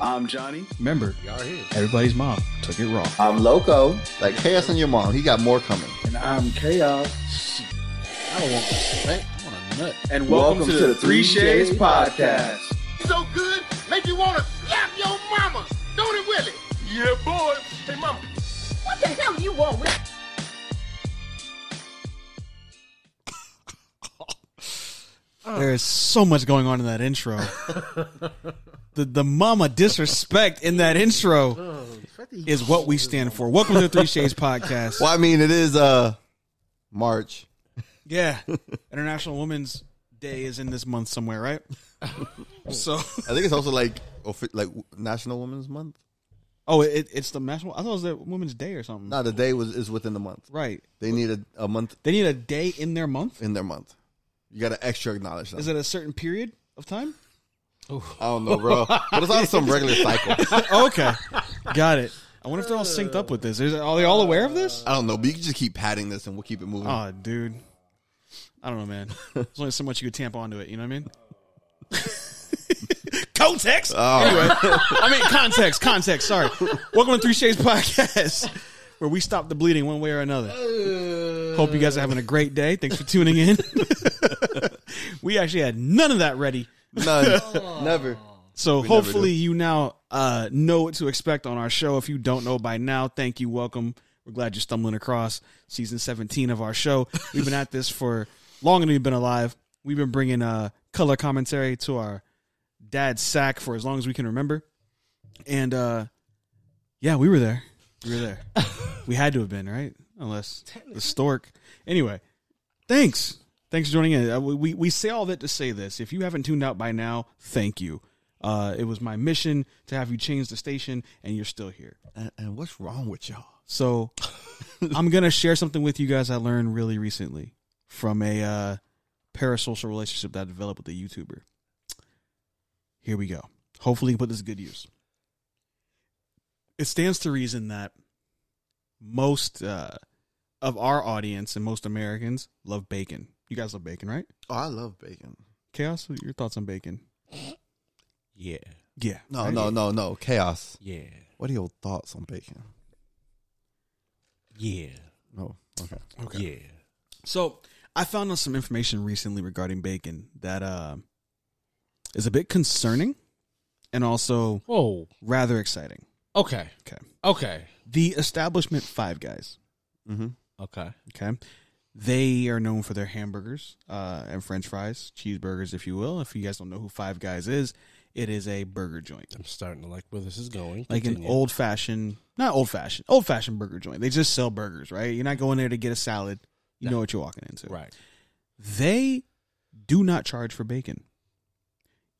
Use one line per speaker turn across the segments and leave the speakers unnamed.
I'm Johnny.
Remember,
Y'all here.
everybody's mom took it raw.
I'm Loco. Like chaos on your mom. He got more coming.
And I'm Chaos.
I don't want respect. I want a nut.
And welcome, to, the Three Shades Podcast.
so good, make you want to slap your mama. Don't it, Willie? Yeah, boy. Hey, mama.
What the hell you want with
There is so much going on in that intro. the the mama disrespect in that intro is what we stand for. Welcome to the Three Shades Podcast.
Well, I mean, it is uh March.
Yeah, International Women's Day is in this month somewhere, right? so,
I think it's also like offi- like National Women's Month.
oh, it, it's the national. I thought it was the Women's Day or something.
No, the day was is within the month.
Right?
They need a, a month
They need a day in their month.
in their month. You got to extra acknowledge that.
Is it a certain period of time?
I don't know, bro. But it's on some regular cycle.
okay, got it. I wonder if they're all synced up with this. Is, are they all aware of this?
I don't know, but you can just keep padding this and we'll keep it moving.
Oh, dude. I don't know, man. There's only so much you could tamp onto it. You know what I mean? context. I mean context. Context. Sorry. Welcome to Three Shades Podcast, where we stop the bleeding one way or another. Hope you guys are having a great day. Thanks for tuning in. we actually had none of that ready,
None. Never.
so
never do.
hopefully you now uh, know what to expect on our show. If you don't know by now, thank you. Welcome. We're glad you're stumbling across season 17 of our show. We've been at this for longer than we've been alive. We've been bringing uh, color commentary to our dad's sack for as long as we can remember. And uh, yeah, we were there. We were there. we had to have been, right? Unless the stork. Anyway, thanks. Thanks for joining in. Uh, we- we, we say all that to say this. If you haven't tuned out by now, thank you. Uh, it was my mission to have you change the station, and you're still here.
And, and what's wrong with y'all?
So I'm going to share something with you guys I learned really recently from a uh, parasocial relationship that I developed with a YouTuber. Here we go. Hopefully, you can put this to good use. It stands to reason that most uh, of our audience and most Americans love bacon. You guys love bacon, right?
Oh, I love bacon.
Chaos, what are your thoughts on bacon?
Yeah.
Yeah.
No,
right?
no, no, no. Chaos.
Yeah.
What are your thoughts on bacon?
Yeah.
No. Okay.
Okay.
Yeah.
So I found out some information recently regarding bacon that uh, is a bit concerning and also
Whoa.
rather exciting.
Okay.
Okay.
Okay.
The establishment Five Guys,
Mm-hmm.
Okay.
okay, they are known for their hamburgers uh, and French fries, cheeseburgers, if you will. If you guys don't know who Five Guys is, it is a burger joint,
I'm starting to like where this is going.
like an
Continue.
old fashioned, not old fashioned, old fashioned burger joint. They just sell burgers, right? You're not going there to get a salad. You know what you're walking into,
Right.
they do not charge for bacon.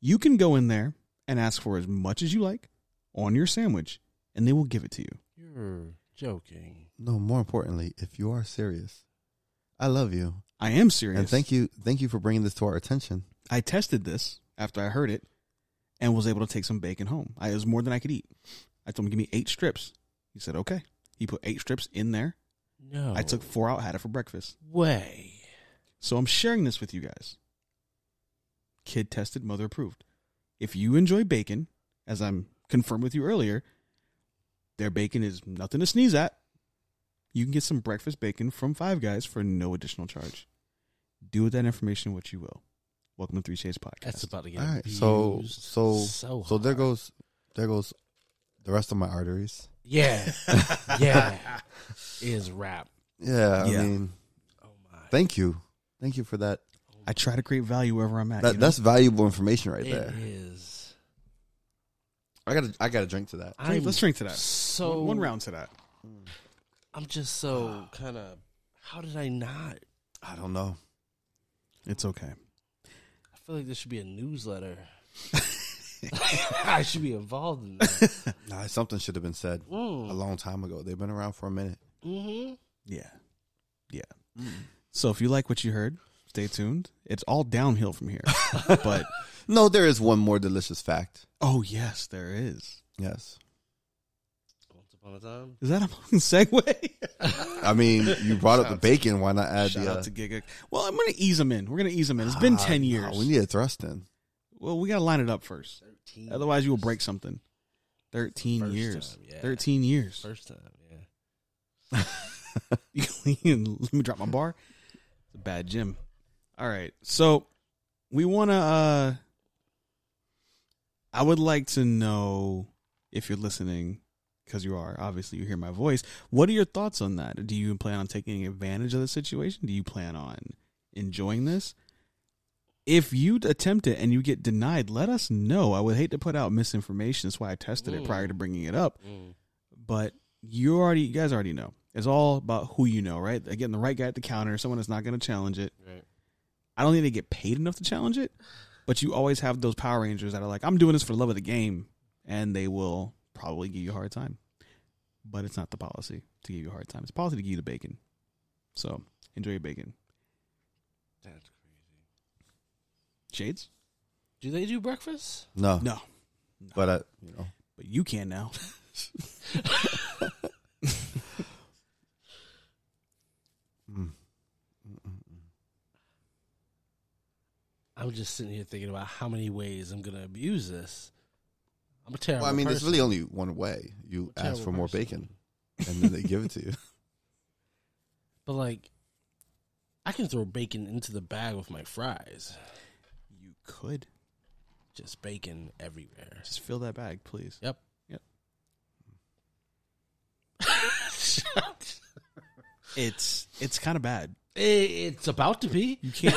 You can go in there and ask for as much as you like on your sandwich, and they will give it to you.
You're joking.
No, more importantly, if you are serious, I love you.
I am serious.
And thank you, thank you for bringing this to our attention.
I tested this after I heard it and was able to take some bacon home. I, it was more than I could eat. I told him, give me eight strips. He said, okay. He put eight strips in there.
No.
Oh.
I took four out, had it for breakfast.
way.
So I'm sharing this with you guys. Kid tested, mother approved. If you enjoy bacon, as I'm confirmed with you earlier, their bacon is nothing to sneeze at. You can get some breakfast bacon from Five Guys for no additional charge. Do with that information what you will. Welcome to Three Shades Podcast.
That's about to get
All right.
abused
So so
so,
so, there
hard.
goes there goes the rest of my arteries.
Yeah. yeah. Is rap.
Yeah.
Yeah.
I mean,
Oh my.
thank you. Thank you for that.
I try to create value wherever I'm at.
that
you know?
that's valuable information right
It
there.
is.
I got to I got to drink to that.
Drink- let's drink to that.
So
one, one round Ah. to that.
I'm just so kind of. How did I not?
I don't know.
It's okay.
I feel like this should be a newsletter. I should be involved in that.
Nah, something should have been said a long time ago. They've been around for a minute.
Mm. Mm-hmm.
Yeah. Yeah.
Mm.
So if you like what you heard, stay tuned. It's all downhill from here. but
No, there is one more delicious fact.
oh yes, there is.
Yes.
Once upon a time.
Is that a fucking segue?
I mean, you brought up the bacon. Why not add
Shout
the?
out to Giga. Well, I'm gonna ease them in. We're gonna ease them in. It's been
Ah,
ten years.
we need a thrust in.
well, we gotta line it up first.
13.
Otherwise, you will break something. Thirteen
First
years.
time, yeah.
Thirteen years.
First time, yeah.
You can- Let me drop my bar. It's a bad gym. All right. So we want to. uh I would like to know if you're listening, because you are. Obviously, you hear my voice. What are your thoughts on that? Do you plan on taking advantage of the situation? Do you plan on enjoying this? If you attempt it and you get denied, let us know. I would hate to put out misinformation. That's why I tested it prior to bringing it up but you already you guys already know it's all about who you know right getting the right guy at the counter someone that's not going to challenge it
Right.
i don't think they get paid enough to challenge it but you always have those power rangers that are like i'm doing this for the love of the game and they will probably give you a hard time but it's not the policy to give you a hard time it's policy to give you the bacon so enjoy your bacon
That's crazy.
shades
Do they do breakfast?
No,
no
But I, you know,
but you can now
Mm,
I'm just sitting here thinking about how many ways I'm gonna abuse this. I'm a terrible.
well, I mean, there's
person.
really only one way. You
I'm a
ask
terrible
for more
person.
bacon, and then they give it to you.
But like, I can throw bacon into the bag with my fries.
you could
Just bacon everywhere.
just fill that bag please
Yep.
Yep. it's it's kind of bad
It- it's about to be.
you can't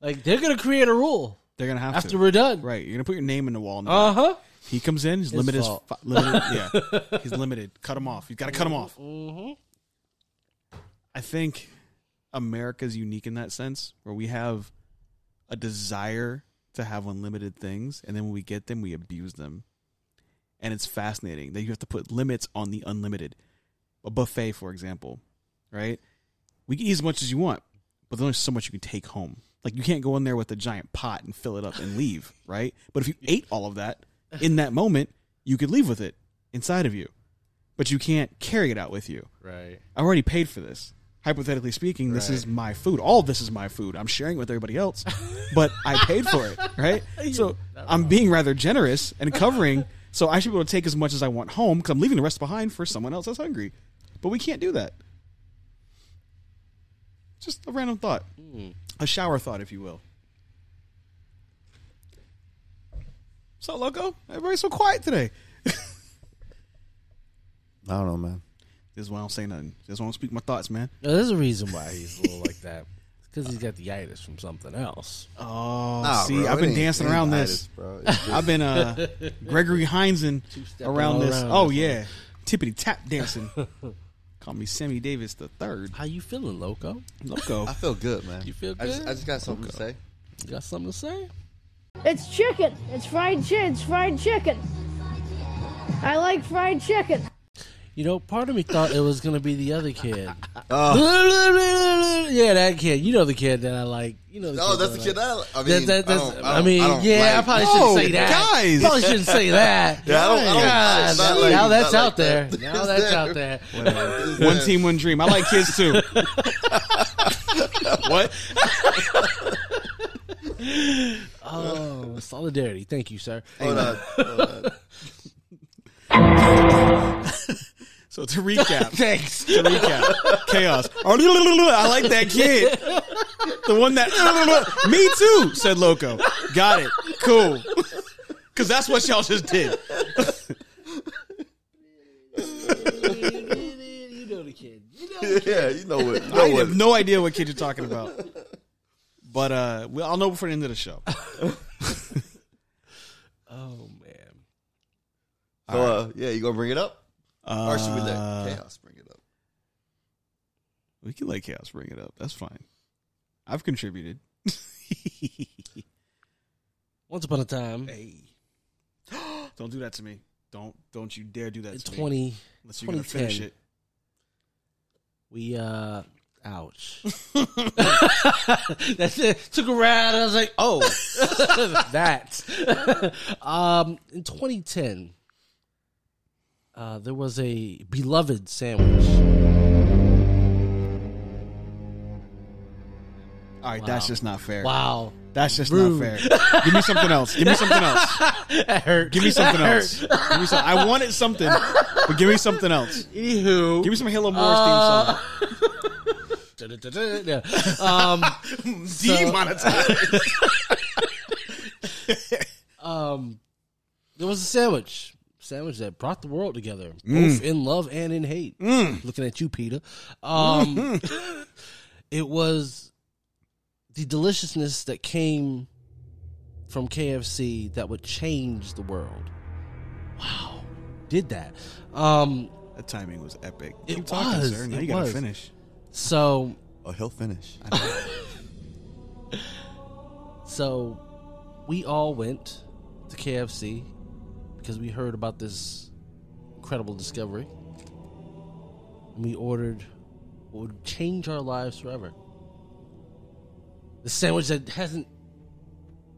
Like they're gonna create a rule
They're gonna have
after
to.
we're done.
right, you're gonna put your name in the wall. and
Uh huh.
he comes in, he's
His
limited. as
fault.
fu- limited yeah, he's limited. Cut him off. You've got to cut him off.
Mm-hmm.
I think America's unique in that sense, where we have a desire to have unlimited things, and then when we get them, we abuse them. And it's fascinating that you have to put limits on the unlimited. A buffet, for example, right? We can eat as much as you want, but there's only so much you can take home. Like you can't go in there with a giant pot and fill it up and leave, right? But if you ate all of that in that moment, you could leave with it inside of you, but you can't carry it out with you.
Right.
I already paid for this. Hypothetically speaking, this is my food. All of this is my food. I'm sharing with everybody else, but I paid for it, right? So I'm being rather generous and covering. So I should be able to take as much as I want home because I'm leaving the rest behind for someone else that's hungry. But we can't do that. Just a random thought, a shower thought, if you will. So loco, everybody's so quiet today.
I don't know, man.
This is why I don't say nothing. This is why I don't speak my thoughts, man.
there's a reason why he's a little like that. Because he's got the itis from something else.
Oh,
Nah,
see,
bro,
I've
it
been
ain't-
dancing
it ain't
around
itis,
this.
bro. It's just-
I've been uh Gregory Heinzen
Two-stepping
around
all
this.
around
oh
this
yeah, tippity tap dancing. Call me Sammy Davis the third.
How you feeling, loco?
Loco.
I feel good, man.
You feel
I just,
good?
I just got something to say.
You got something to say?
It's chicken. It's fried chicken. It's fried chicken. I like fried chicken.
You know, part of me thought it was gonna be the other kid.
Oh,
yeah, that kid. You know the kid that I like. You know. The
oh, that's the
that
kid.
I, like.
I, I mean,
That- that-
I,
that's-
don't, I, don't,
mean,
I don't
yeah, I
like- Oh,
probably shouldn't say
No,
that.
guys.
probably shouldn't say that.
Yeah, I don't- I don't-
God,
it's not
now
like-
now
it's
that's
not
out
like
there.
that.
Now
It's
that's
there.
out there.
One team, one dream. I like kids too. what?
Oh, solidarity. Thank you, sir.
Hold on. Hold on.
So to recap,
Thanks.
to recap, chaos. I like that kid. The one that me too said Loco. Got it. Cool. Cause that's what y'all just did.
you know the kid.
Yeah, you know what? You
I
know what?
have no idea what kid you're talking about. But uh, we I'll know before the end of the show.
Oh man.
So, uh, yeah, you gonna bring it up,
Uh,
or should we let chaos bring it up?
we can let chaos bring it up. That's fine. I've contributed.
Once upon a time,
Hey, don't do that to me. Don't don't you dare do that
in
to me.
20,
Unless you're gonna finish
2010.
it.
we uh, ouch. That's it. Took a ride. I was like, oh, that. um, in 2010, uh, there was a beloved sandwich.
All right, that's just not fair.
Wow,
That's just
Rude.
not fair. Give me something else. Give me something else.
That hurt.
Give me something
That
else. Give me some, I wanted something, but give me something else.
Anywho,
Give me some Halo Morris theme
Uh,
song.
Yeah. um,
Demonetized.
um, there was a sandwich, sandwich that brought the world together, both in love and in hate. Looking at you, Peter. Um, it was the deliciousness that came from KFC that would change the world. Wow, did that? Um,
That timing was epic.
It
Keep talking,
was.
sir. Now
It
you gotta
was.
finish.
so
Oh, he'll finish.
So we all went to KFC because we heard about this incredible discovery. And we ordered what would change our lives forever. The sandwich that hasn't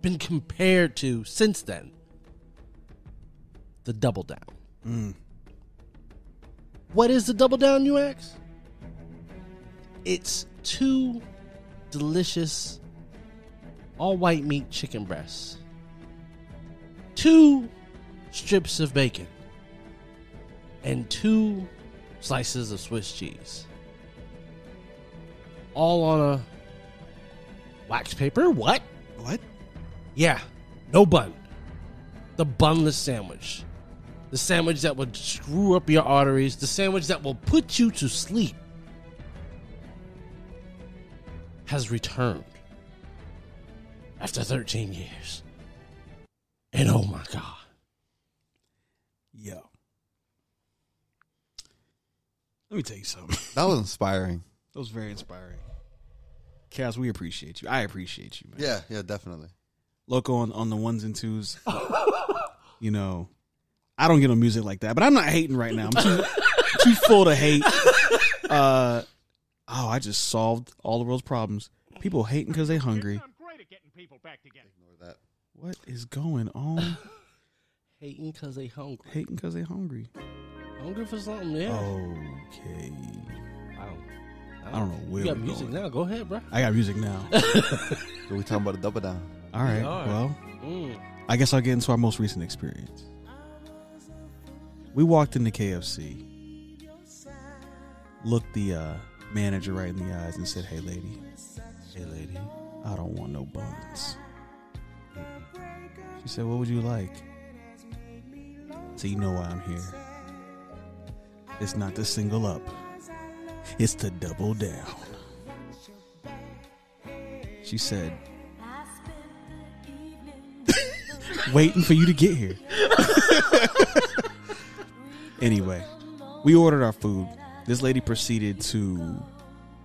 been compared to since then. The double down. What is the double down, you ask? It's two delicious all white meat chicken breasts, two strips of bacon, and two slices of Swiss cheese. All on a wax paper? What?
What?
Yeah, no bun. The bunless sandwich. The sandwich that would screw up your arteries. The sandwich that will put you to sleep has returned after 13 years. And oh my God.
Yo. Let me tell you something.
that was inspiring.
That was very inspiring. Chaos, we appreciate you. I appreciate you, man.
Yeah, yeah, definitely.
Loco on, on the ones and twos. you know, I don't get on music like that, but I'm not hating right now. I'm too, too full to hate. Uh, oh, I just solved all the world's problems. People hating because they hungry. What is going on?
Hating because they hungry.
hating because they hungry.
Hungry for something, yeah.
Okay.
Wow.
I don't know where
You got
we're
music
going.
now. Go ahead, bro.
I got music now.
So we talking about a double down.
All right.
are.
Well,
Mm.
I guess I'll get into our most recent experience. We walked into KFC, looked the uh, manager right in the eyes, and said, Hey, lady,
Hey, lady.
I don't want no buns. She said, What would you like? So you know why I'm here. It's not to single up, it's to double down. She said, Waiting for you to get here. anyway, we ordered our food. This lady proceeded to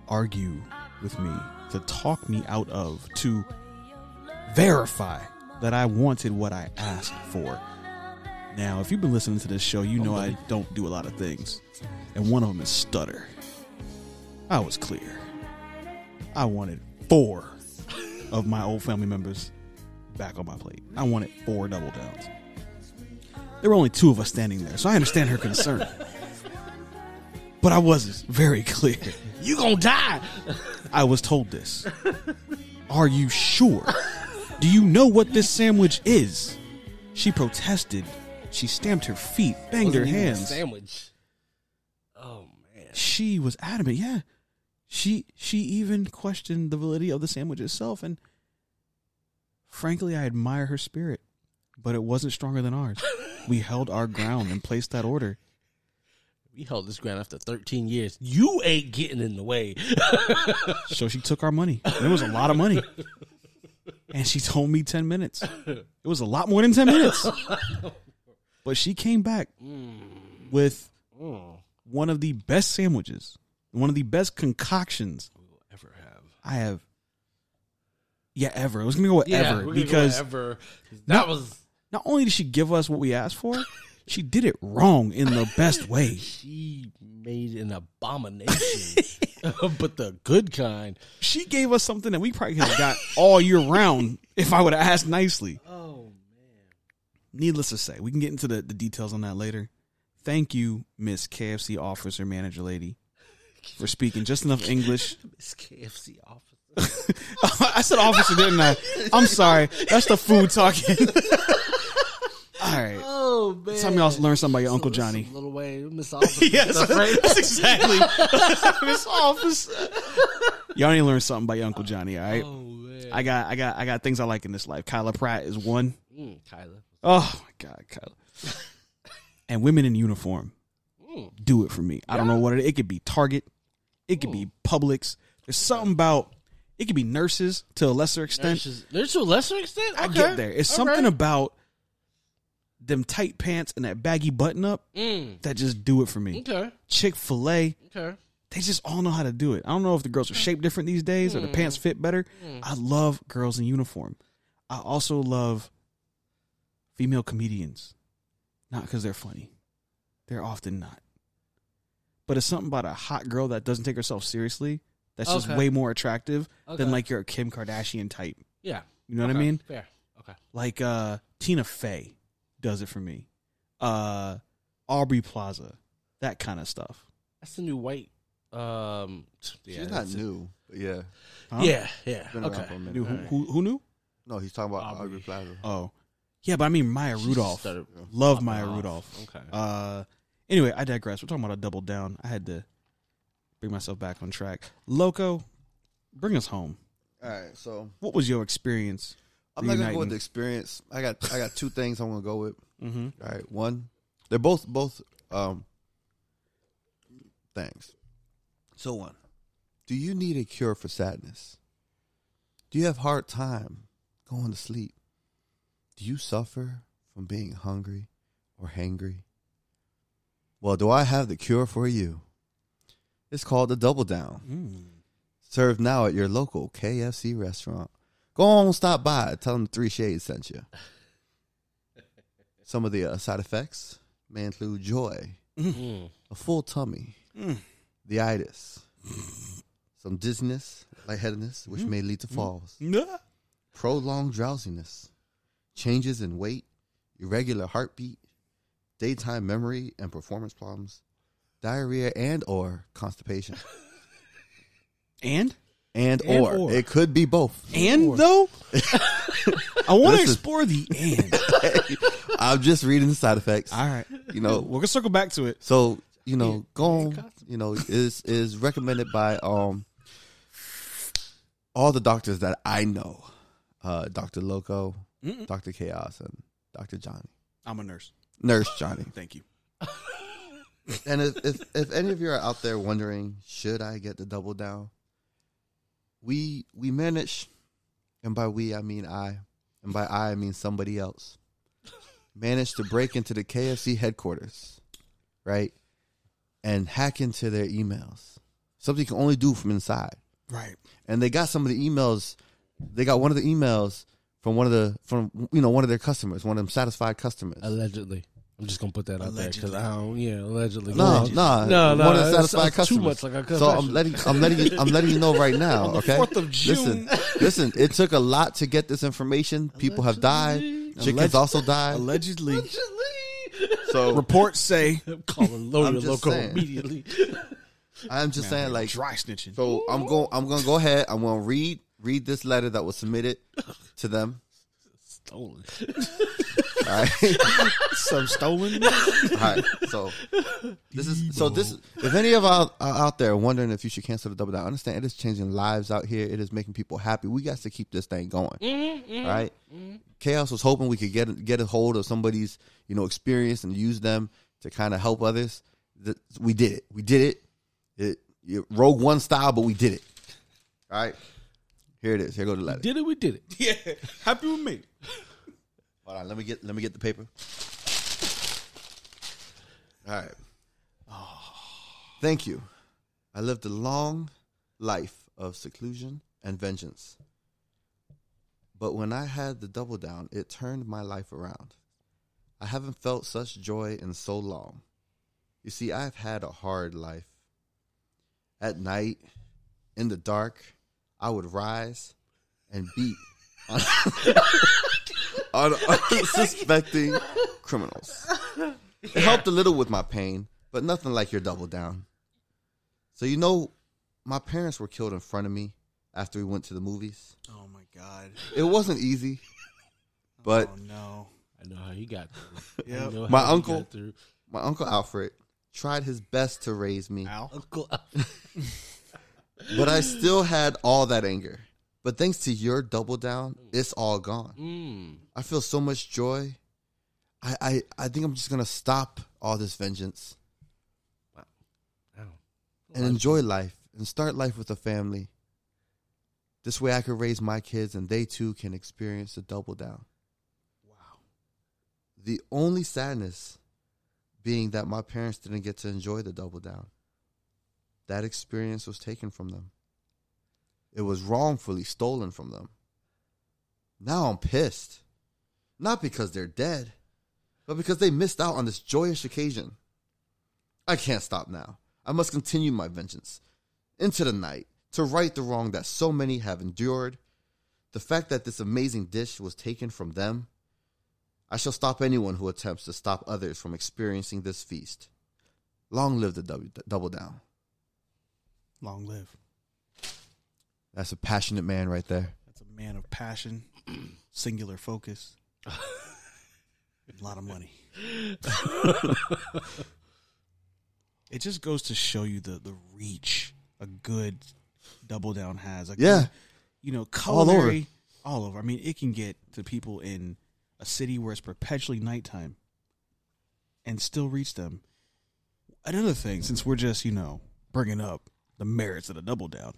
argue with me, to talk me out of, to verify that I wanted what I asked for. Now, if you've been listening to this show, you know I don't do a lot of things, and one of them is stutter. I was clear. I wanted four of my old family members back on my plate. I wanted four double downs. There were only two of us standing there, so I understand her concern. but I was very clear.
You gonna die.
I was told this. Are you sure? Do you know what this sandwich is? She protested. She stamped her feet, banged her
Wasn't even a
hands.
Sandwich. Oh, man.
She was adamant. Yeah. She she even questioned the validity of the sandwich itself and frankly I admire her spirit, but it wasn't stronger than ours. we held our ground and placed that order.
We held this ground after 13 years. You ain't getting in the way.
So she took our money. And it was a lot of money. And she told me 10 minutes. It was a lot more than 10 minutes. But she came back with one of the best sandwiches, one of the best concoctions
Ever have.
I have. Yeah, ever. I was going to go with ever because
ever. That was.
not only did she give us what we asked for, she did it wrong in the best way.
She made an abomination, but the good kind.
She gave us something that we probably could have got all year round if I would have asked nicely.
Oh,
needless to say, we can get into the, the details on that later. Thank you, Miss KFC officer manager lady, for speaking just enough English
this KFC officer.
I said officer, didn't I? I'm sorry. That's the food talking. All right.
Oh man!
Time y'all learn something about your Uncle Johnny.
Little Wayne, Miss Officer.
Yes,
stuff, right?
that's exactly. Miss Officer. Y'all need to learn something about your Uncle Johnny. All right.
Oh man!
I got, I got, I got things I like in this life. Kyla Pratt is one.
Mm, Kyla.
Oh my God, Kyla. and women in uniform
Mm.
do it for me. I don't know what it. It could be Target. It could be Publix. There's something about. It could be nurses to a lesser extent.
Nurses, nurse to a lesser extent.
I
Okay.
get there. It's
All
something
right.
about them tight pants and that baggy button up
Mm,
that just do it for me.
okay.
Chick fil A,
Okay.
they just all know how to do it. I don't know if the
Hmm.
girls are shaped different these days or the pants fit better. I love girls in uniform. I also love female comedians, not because they're funny, they're often not. But it's something about a hot girl that doesn't take herself seriously that's just
Okay.
way more attractive
Okay.
than like your Kim Kardashian type.
Yeah.
You know what
okay.
I mean?
Fair. Okay.
like uh Tina Fey does it for me. Uh Aubrey Plaza, that kind of stuff.
That's the new white. Um. Yeah.
She's not
that's it.
new. but yeah.
Huh?
Yeah. Yeah.
Been around
okay.
for a minute.
Dude, who, who, who knew?
No, he's talking about
Aubrey.
Aubrey, Plaza.
Oh. Yeah, but I mean Maya
She
Rudolph.
started
Love
popping
Maya
off.
Rudolph.
Okay.
Uh anyway, I digress. We're talking about a double down. I had to bring myself back on track. Loco, bring us home.
All right, so
What was your experience?
I'm not gonna go with
reuniting?
the experience. I got I got two things I'm gonna go with.
Mhm.
All right, one, they're both both um things. So one, do you need a cure for sadness? Do you have hard time going to sleep? Do you suffer from being hungry or hangry? Well, do I have the cure for you? It's called the Double Down. Served now at your local KFC restaurant. Go on, stop by. Tell them Three Shades sent you. Some of the uh, side effects may include joy,
Mm.
a full tummy, the itis, some dizziness, lightheadedness, which may lead to falls,
Nah.
prolonged drowsiness, changes in weight, irregular heartbeat, daytime memory and performance problems, diarrhea and or constipation.
And
And,
And
or.
or.
It could be both.
and though I want to
This is-
explore the and.
I'm just reading the side effects.
All right.
you know,
We're gonna circle back to it.
So you know, go on. You know, is is recommended by um all the doctors that I know, uh, Doctor Loco, Doctor Chaos, and Doctor Johnny,
I'm a nurse.
Nurse Johnny.
Thank you.
and if, if if any of you are out there wondering, should I get the double down? We we manage, and by we I mean I, and by I I mean somebody else. Managed to break into the KFC headquarters, right, and hack into their emails. Something you can only do from inside.
Right.
And they got some of the emails. They got one of the emails from one of the from you know one of their customers, one of them satisfied customers.
Allegedly. I'm just gonna put that out there because I don't. Yeah, allegedly.
No,
Allegedly.
no,
no, no.
One of the
that
satisfied
sounds too
customers.
much like our
So
confession.
I'm letting, I'm letting, you, I'm letting you know right now.
On the
okay,
4th of June.
Listen, listen. It took a lot to get this information. People have died. Chickens
Alleged-
also died.
Allegedly,
So
reports say
I'm calling Lola
I'm just
Loco
saying.
immediately.
I'm just saying, like,
dry snitching.
so I'm going, I'm going to go ahead. I'm going to read, read this letter that was submitted to them.
Stolen.
All right.
Some stolen.
All right. So this is so this. If any of our are out there wondering if you should cancel the double down, understand it is changing lives out here. It is making people happy. We got to keep this thing going. All right? Chaos was hoping we could get get a hold of somebody's you know experience and use them to kind of help others. Th- We did it. We did it. It, it- Rogue One style, but we did it. All right. Here it is. Here go the letter.
Did it? We did it.
yeah, happy with me.
Hold on, let me get let me get the paper. All right. Oh. Thank you. I lived a long life of seclusion and vengeance. But when I had the double down, it turned my life around. I haven't felt such joy in so long. You see, I've had a hard life. At night, in the dark, I would rise and beat on on unsuspecting criminals. It helped a little with my pain, but nothing like your double down. So you know, my parents were killed in front of me after we went to the movies.
Oh my god.
It wasn't easy, but
oh no.
I know how he got through. I
Yep.
know how
My
he
uncle-
got through.
my uncle Alfred tried his best to raise me,
Ow.
Uncle.
but I still had all that anger. But thanks to your double down, it's all gone.
Mm.
I feel so much joy. I, I, I think I'm just gonna stop all this vengeance
Ow.
and enjoy life and start life with a family. This way I can raise my kids and they too can experience the double down.
Wow.
The only sadness being that my parents didn't get to enjoy the double down. That experience was taken from them. It was wrongfully stolen from them. Now I'm pissed. Not because they're dead, but because they missed out on this joyous occasion. I can't stop now. I must continue my vengeance into the night to right the wrong that so many have endured. The fact that this amazing dish was taken from them I shall stop anyone who attempts to stop others from experiencing this feast. Long live the w- double down.
Long live.
That's a passionate man right there.
That's a man of passion, singular focus, a lot of money. it just goes to show you the the reach a good double down has. Like,
Yeah.
you know,
All over.
culinary all over. I mean, it can get to people in a city where it's perpetually nighttime and still reach them. Another thing, since we're just you know bringing up the merits of the double down,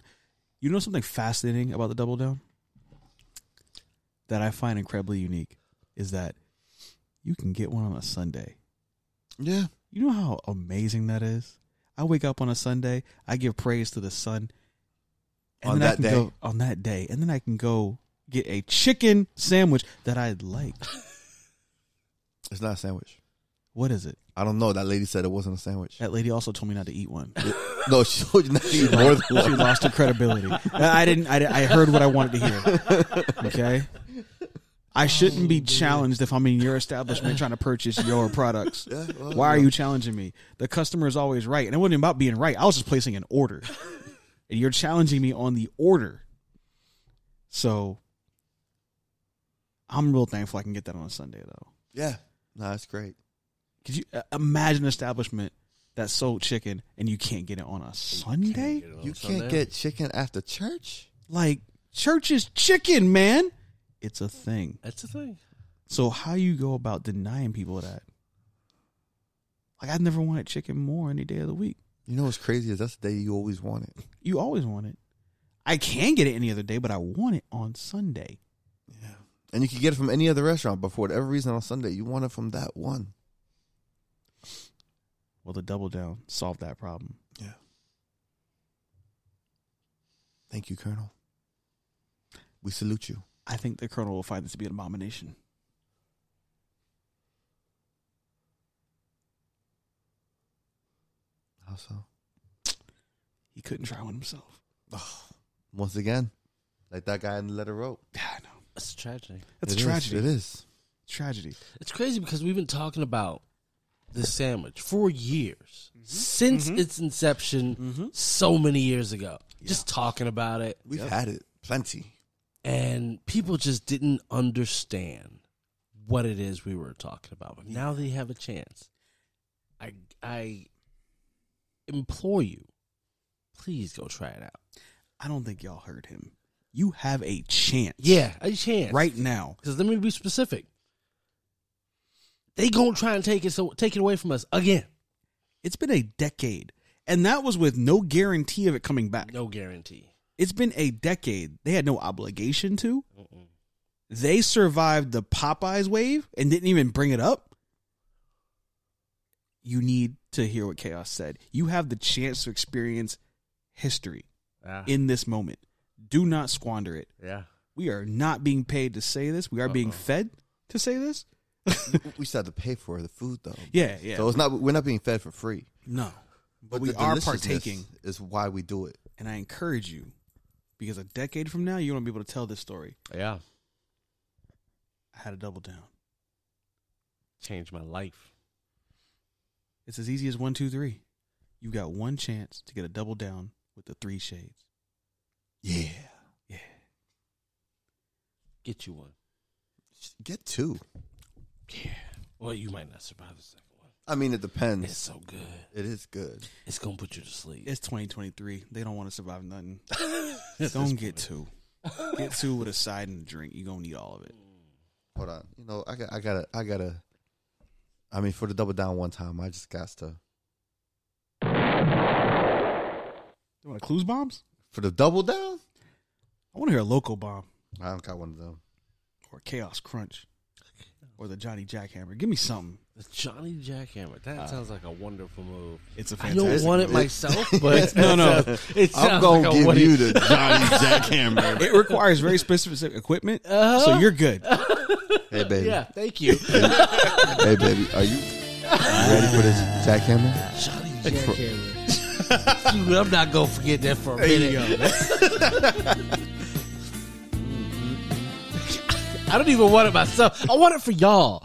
you know something fascinating about the double down that I find incredibly unique is that you can get one on a Sunday.
Yeah.
You know how amazing that is? I wake up on a Sunday, I give praise to the sun. And
On
then I
that
can
day.
go on that day. And then I can go get a chicken sandwich that I'd like.
It's not a sandwich.
What is it?
I don't know. That lady said it wasn't a sandwich.
That lady also told me not to eat one.
no, she told you not to eat more than
She
one.
lost her credibility. I didn't I, I heard what I wanted to hear. Okay? I shouldn't
Oh,
be challenged if I'm in your establishment trying to purchase your products.
well,
Why are you challenging me? The customer is always right. And it wasn't about being right. I was just placing an order. and you're challenging me on the order. So I'm real thankful I can get that on a Sunday though.
Yeah. No, that's great.
Could you uh, imagine an establishment that sold chicken and you can't get it on a Sunday?
You can't get chicken after church?
Like church's chicken, man. It's a thing.
That's the thing.
So how you go about denying people that? Like I've never wanted chicken more any day of the week.
You know what's crazy is that's the day you always want it.
You always want it. I can get it any other day, but I want it on Sunday.
And you can get it from any other restaurant, but for whatever reason on Sunday, you want it from that one.
Well, the double down solved that problem.
Yeah. Thank you, Colonel. We salute you.
I think the colonel will find this to be an abomination.
How so?
He couldn't try one himself.
once again, like that guy in the letter rope.
Yeah, I know.
That's tragic.
That's
It is,
tragedy.
it is.
Tragedy.
It's crazy because we've been talking about this sandwich for years
Mm-hmm.
since its inception, so many years ago. Just talking about it,
We've had it plenty.
and people just didn't understand what it is we were talking about. But now they have a chance. I I implore you, please go try it out.
I don't think y'all heard him. You have a chance.
Yeah, a chance,
Right now.
Because let me be specific. They gonna try and take it so take it away from us again.
It's been a decade. And that was with no guarantee of it coming back.
No guarantee.
It's been a decade. They had no obligation to. They survived the Popeyes wave and didn't even bring it up. You need to hear what Chaos said. You have the chance to experience history
Ah,
in this moment. Do not squander it.
yeah.
We are not being paid to say this. We are being
Uh-uh.
fed to say this.
we still had to pay for the food though.
Yeah, yeah.
So it's not we're not being fed for free.
no. But, we
the
are
deliciousness
partaking.
is why we do it.
And I encourage you because a decade from now, you're going to be able to tell this story.
Yeah.
I had a double down.
Changed my life.
It's as easy as one, two, three. You got one chance to get a double down with the three shades.
Yeah.
Get you one.
Get two.
Yeah. Well, you might not survive the second one.
I mean, it
It's
depends.
so good.
It is good.
It's gonna put you to sleep.
It's 2023. They don't want to survive nothing. don't get two. Get two with a side and a drink. You gonna need all of it.
Hold on. You know, I got, I gotta, I gotta. I mean, for the double down one time, I just got to.
You want a clues bombs?
For the double down,
I want to hear a local bomb
I don't got one of them.
or chaos crunch or the Johnny Jackhammer. Give me something.
The Johnny Jackhammer. That sounds like a wonderful move.
It's a
Uh, I
fantastic.
don't want it
movie.
myself, but
No, no.
It sounds
I'm gonna
like a
give
way-
you the Johnny Jackhammer.
It requires very specific equipment,
Uh-huh.
so you're good.
hey baby,
Yeah, thank you.
hey baby, are you ready for this jackhammer?
Johnny Jackhammer. Dude, I'm not gonna forget that for a minute. I don't even want it myself. I want it for y'all.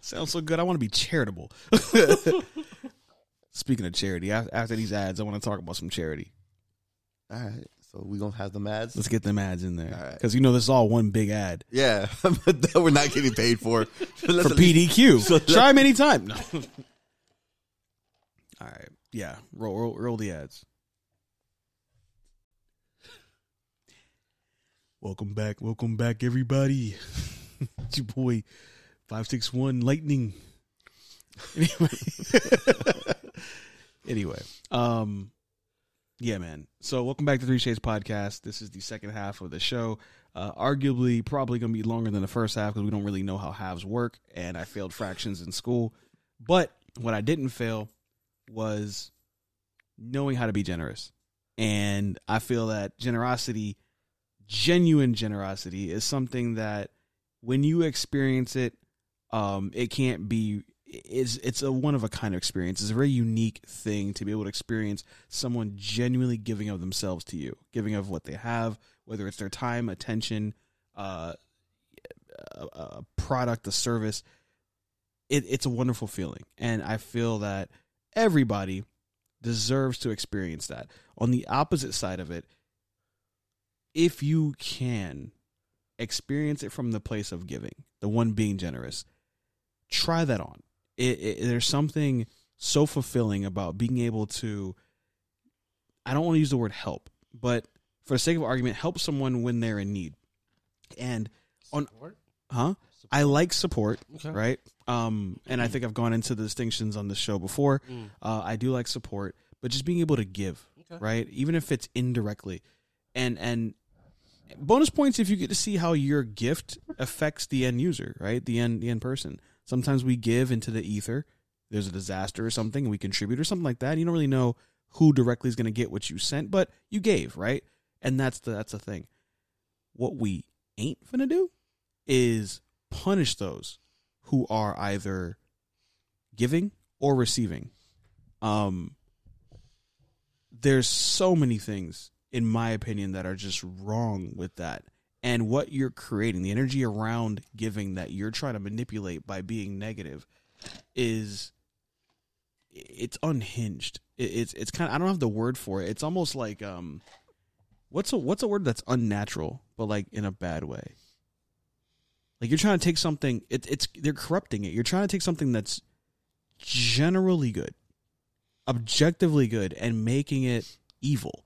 Sounds so good. I want to be charitable. Speaking of charity, af- after these ads, I want to talk about some charity.
All right, so we gonna have them ads.
Let's get them ads in
All
there
right.
because you know this is all one big ad
Yeah, that we're not getting paid for. Let's
for
at least-
PDQ. Try them anytime. No. all right, yeah, roll, roll, roll the ads. Welcome back, welcome back, everybody. it's your boy, five six one Lightning. Anyway, anyway, um, yeah, man. So welcome back to Three Shades Podcast. This is the second half of the show. Uh, arguably, probably going to be longer than the first half because we don't really know how halves work, and I failed fractions in school. But what I didn't fail was knowing how to be generous, and I feel that generosity, genuine generosity, is something that when you experience it, um, it can't be. It's it's a one of a kind of experience. It's a very unique thing to be able to experience someone genuinely giving of themselves to you, giving of what they have, whether it's their time, attention, uh, a, a product, a service. It, it's a wonderful feeling, and I feel that everybody deserves to experience that. On the opposite side of it, if you can experience it from the place of giving, the one being generous, try that on. It, it, there's something so fulfilling about being able to I don't want to use the word help, but for the sake of argument, help someone when they're in need. And on huh? I like support,
Okay.
right? Um, and I think I've gone into the distinctions on this show before. Uh, I do like support, but just being able to give, right? Even if it's indirectly, and and bonus points if you get to see how your gift affects the end user, right? The end the end person. Sometimes we give into the ether. There's a disaster or something, and we contribute or something like that. You don't really know who directly is going to get what you sent, but you gave, right? And that's the that's the thing. What we ain't gonna do is punish those who are either giving or receiving. Um, there's so many things, in my opinion, that are just wrong with that. And what you're creating, the energy around giving that you're trying to manipulate by being negative, is it's unhinged. It, it's it's kind of I don't have the word for it. It's almost like um, what's a what's a word that's unnatural, but like in a bad way. Like you're trying to take something, it, it's they're corrupting it. You're trying to take something that's generally good, objectively good, and making it evil.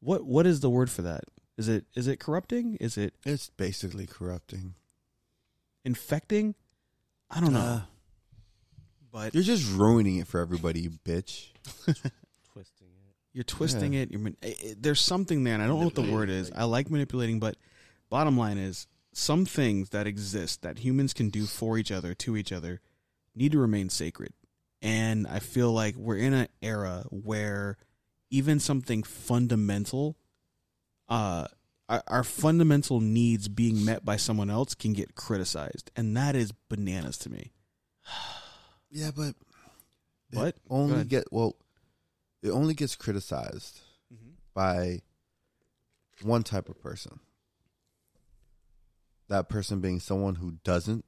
What what is the word for that? Is it is it corrupting? Is it
It's basically corrupting.
infecting? I don't know.
Uh,
but
You're just ruining it for everybody, you bitch.
Twisting it.
you're twisting it. You're man- i i- there's something there, and I don't know what the word is. I like manipulating, but bottom line is some things that exist that humans can do for each other to each other need to remain sacred. And I feel like we're in an era where even something fundamental, uh, our, our fundamental needs being met by someone else can get criticized, and that is bananas to me.
Yeah, but it
What? Go
only
ahead.
get well. It only gets criticized
Mm-hmm.
by one type of person. That person being someone who doesn't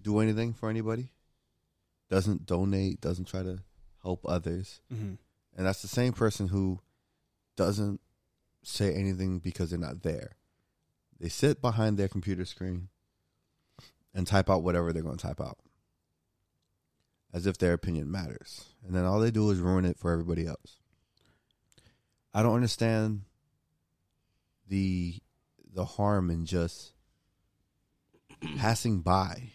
do anything for anybody, doesn't donate, doesn't try to help others,
Mhm.
and that's the same person who doesn't say anything because they're not there. They sit behind their computer screen and type out whatever they're going to type out as if their opinion matters. And then all they do is ruin it for everybody else. I don't understand the the harm in just passing by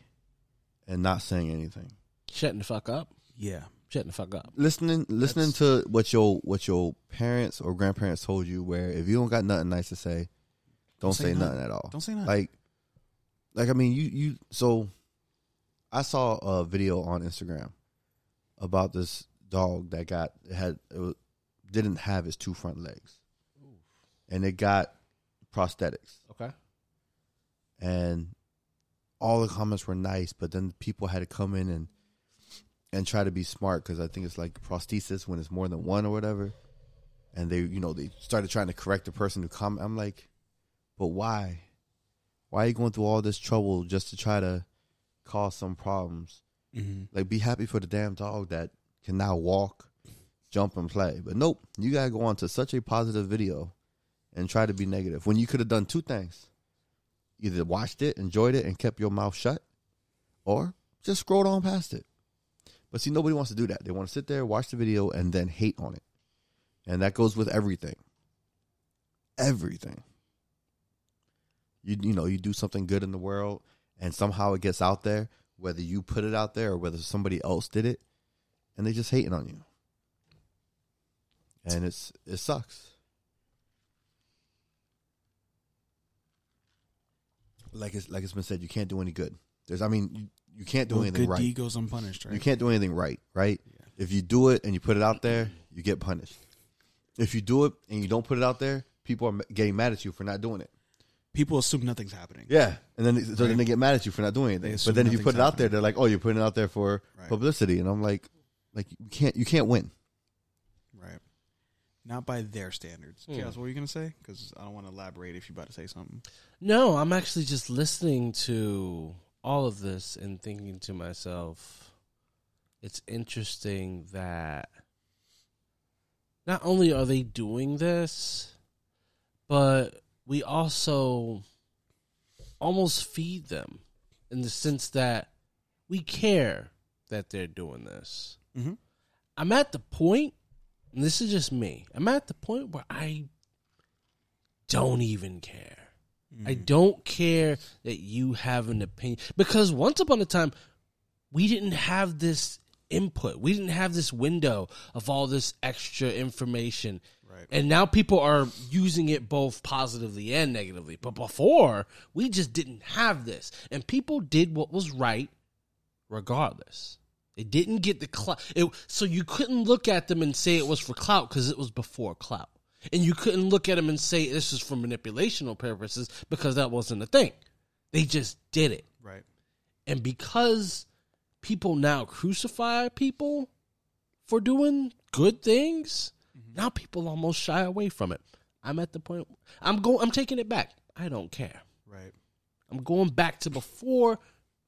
and not saying anything.
Shutting the fuck up.
Yeah.
Shutting the fuck up.
Listening listening to what your what your parents or grandparents told you where if you don't got nothing nice to say, don't, say,
say nothing.
nothing. at all.
Don't say nothing.
Like like I mean you you so I saw a video on Instagram about this dog that got had it was, didn't have his two front legs. And it got prosthetics
Okay.
and all the comments were nice, but then people had to come in and and try to be smart because I think it's like prosthesis when it's more than one or whatever, and they you know they started trying to correct the person who comment. I'm like, but why? Why are you going through all this trouble just to try to cause some problems? Like, be happy for the damn dog that can now walk, jump, and play. But nope, you gotta go on to such a positive video and try to be negative when you could have done two things either watched it, enjoyed it, and kept your mouth shut, or just scrolled on past it. But see, nobody wants to do that. They want to sit there, watch the video, and then hate on it. And that goes with everything. Everything. You you know, you do something good in the world and somehow it gets out there, whether you put it out there or whether somebody else did it, and they just hating on you. And it's it sucks. Like it's like it's been said, you can't do any good. There's I mean, you, you can't do
No
anything
good
right.
deed goes unpunished, right?
You can't do anything right, right? If you do it and you put it out there, you get punished. If you do it and you don't put it out there, people are m- getting mad at you for not doing it.
People assume nothing's happening.
Yeah, and then so then they get mad at you for not doing
They
anything.
assume
But then if you put it
nothing's
out there, they're like, "Oh, you're putting it out there for
Right.
publicity," and I'm like, "Like you can't, you can't win."
Right. Not by their standards. Chaos, what were you going to say? Because I don't want to elaborate if you're about to say something.
No, I'm actually just listening to all of this and thinking to myself, it's interesting that not only are they doing this, but we also almost feed them in the sense that we care that they're doing this.
Mhm.
I'm at the point, and this is just me, I'm at the point where I don't even care. I don't care that you have an opinion because once upon a time, we didn't have this input. We didn't have this window of all this extra information.
Right.
And now people are using it both positively and negatively. But before, we just didn't have this. And people did what was right regardless. It didn't get the clout. It, so you couldn't look at them and say it was for clout because it was before clout. And you couldn't look at them and say this is for manipulational purposes because that wasn't a thing. They just did it.
Right.
And because people now crucify people for doing good things, now people almost shy away from it. I'm at the point I'm going I'm taking it back. I don't care.
Right.
I'm going back to before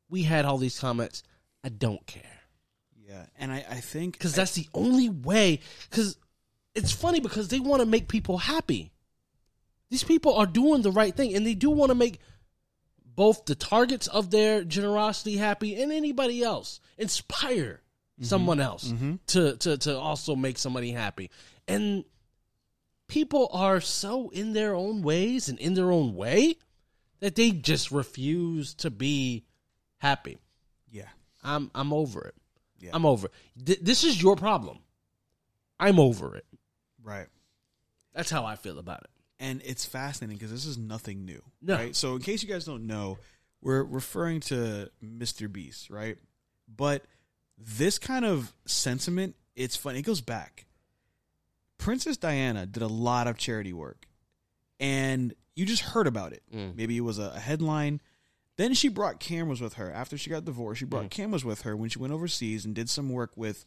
we had all these comments. I don't care.
Yeah. And I, I think.
Because that's the only way. Because it's funny because they want to make people happy. These people are doing the right thing, and they do want to make both the targets of their generosity happy and anybody else inspire someone else to, to to also make somebody happy. And people are so in their own ways and in their own way that they just refuse to be happy.
Yeah.
I'm I'm over it.
Yeah.
I'm over. It. Th- this is your problem. I'm over it.
Right.
That's how I feel about it.
and it's fascinating because this is nothing new.
No.
Right? So in case you guys don't know, we're referring to Mr. Beast, right? But this kind of sentiment, it's funny. It goes back. Princess Diana did a lot of charity work, and you just heard about it. Maybe it was a, a headline. Then she brought cameras with her after she got divorced. She brought cameras with her when she went overseas and did some work with.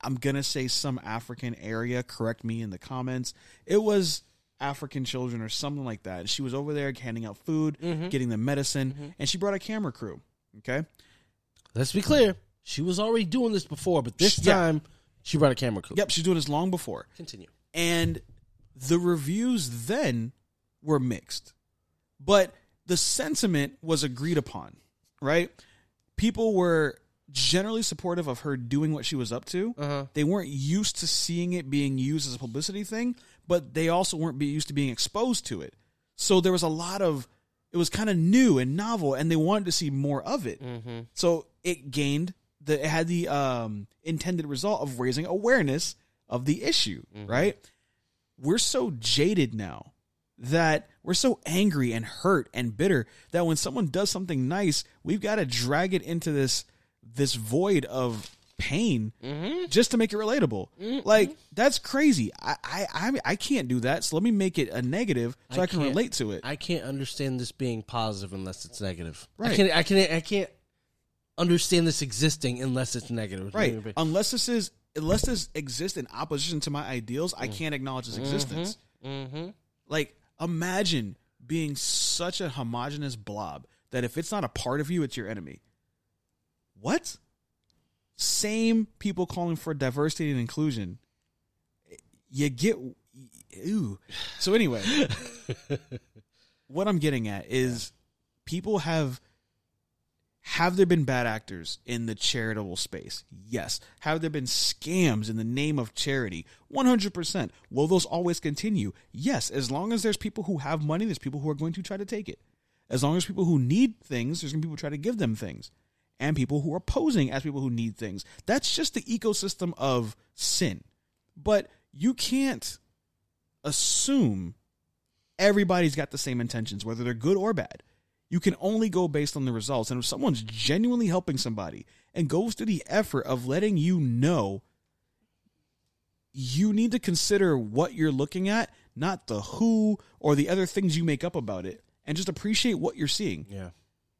I'm gonna say some African area. Correct me in the comments. It was African children or something like that. She was over there handing out food, getting them medicine, and she brought a camera crew. Okay,
Let's be clear. She was already doing this before, but this
Yeah.
time she brought a camera crew.
yep, she's doing this long before.
Continue.
and the reviews then were mixed. but the sentiment was agreed upon, right? People were generally supportive of her doing what she was up to.
Uh-huh.
They weren't used to seeing it being used as a publicity thing, but they also weren't be used to being exposed to it. So there was a lot of it was kind of new and novel, and they wanted to see more of it. So it gained the it had the um, intended result of raising awareness of the issue, right? We're so jaded now that we're so angry and hurt and bitter that when someone does something nice, we've got to drag it into this this void of pain just to make it relatable. Like that's crazy. I, I I I can't do that. So let me make it a negative so I, can
can't-
relate to it.
I can't understand this being positive unless it's negative. I
Right.
can't. I can't. I can't understand this existing unless it's negative.
right. Unless this is unless this exists in opposition to my ideals, I can't acknowledge its existence.
Mm-hmm.
Like imagine being such a homogenous blob that if it's not a part of you, it's your enemy. What? Same people calling for diversity and inclusion. You get ew. So anyway, what I'm getting at is people have have there been bad actors in the charitable space? Yes. Have there been scams in the name of charity? 100%. Will those always continue? Yes. As long as there's people who have money, there's people who are going to try to take it. As long as people who need things, there's going to be people who try to give them things. And people who are posing as people who need things. That's just the ecosystem of sin. But you can't assume everybody's got the same intentions, whether they're good or bad. You can only go based on the results. And if someone's genuinely helping somebody and goes to the effort of letting you know, you need to consider what you're looking at, not the who or the other things you make up about it, and just appreciate what you're seeing
Yeah.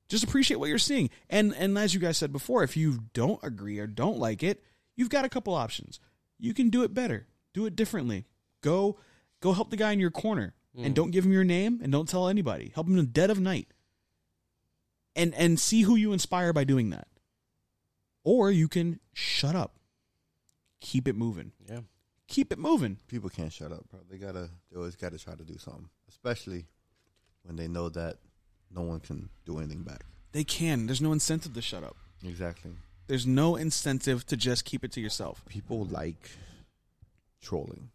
just appreciate what you're seeing. And and as you guys said before, if you don't agree or don't like it, you've got a couple options. You can do it better, do it differently. Go go help the guy in your corner and don't give him your name and don't tell anybody. Help him in the dead of night. And and see who you inspire by doing that. Or you can shut up. Keep it moving.
Yeah.
Keep it moving.
People can't shut up, bro. They gotta. They always gotta try to do something, especially when they know that no one can do anything back.
They can. There's no incentive to shut up.
Exactly.
There's no incentive to just keep it to yourself.
People like trolling.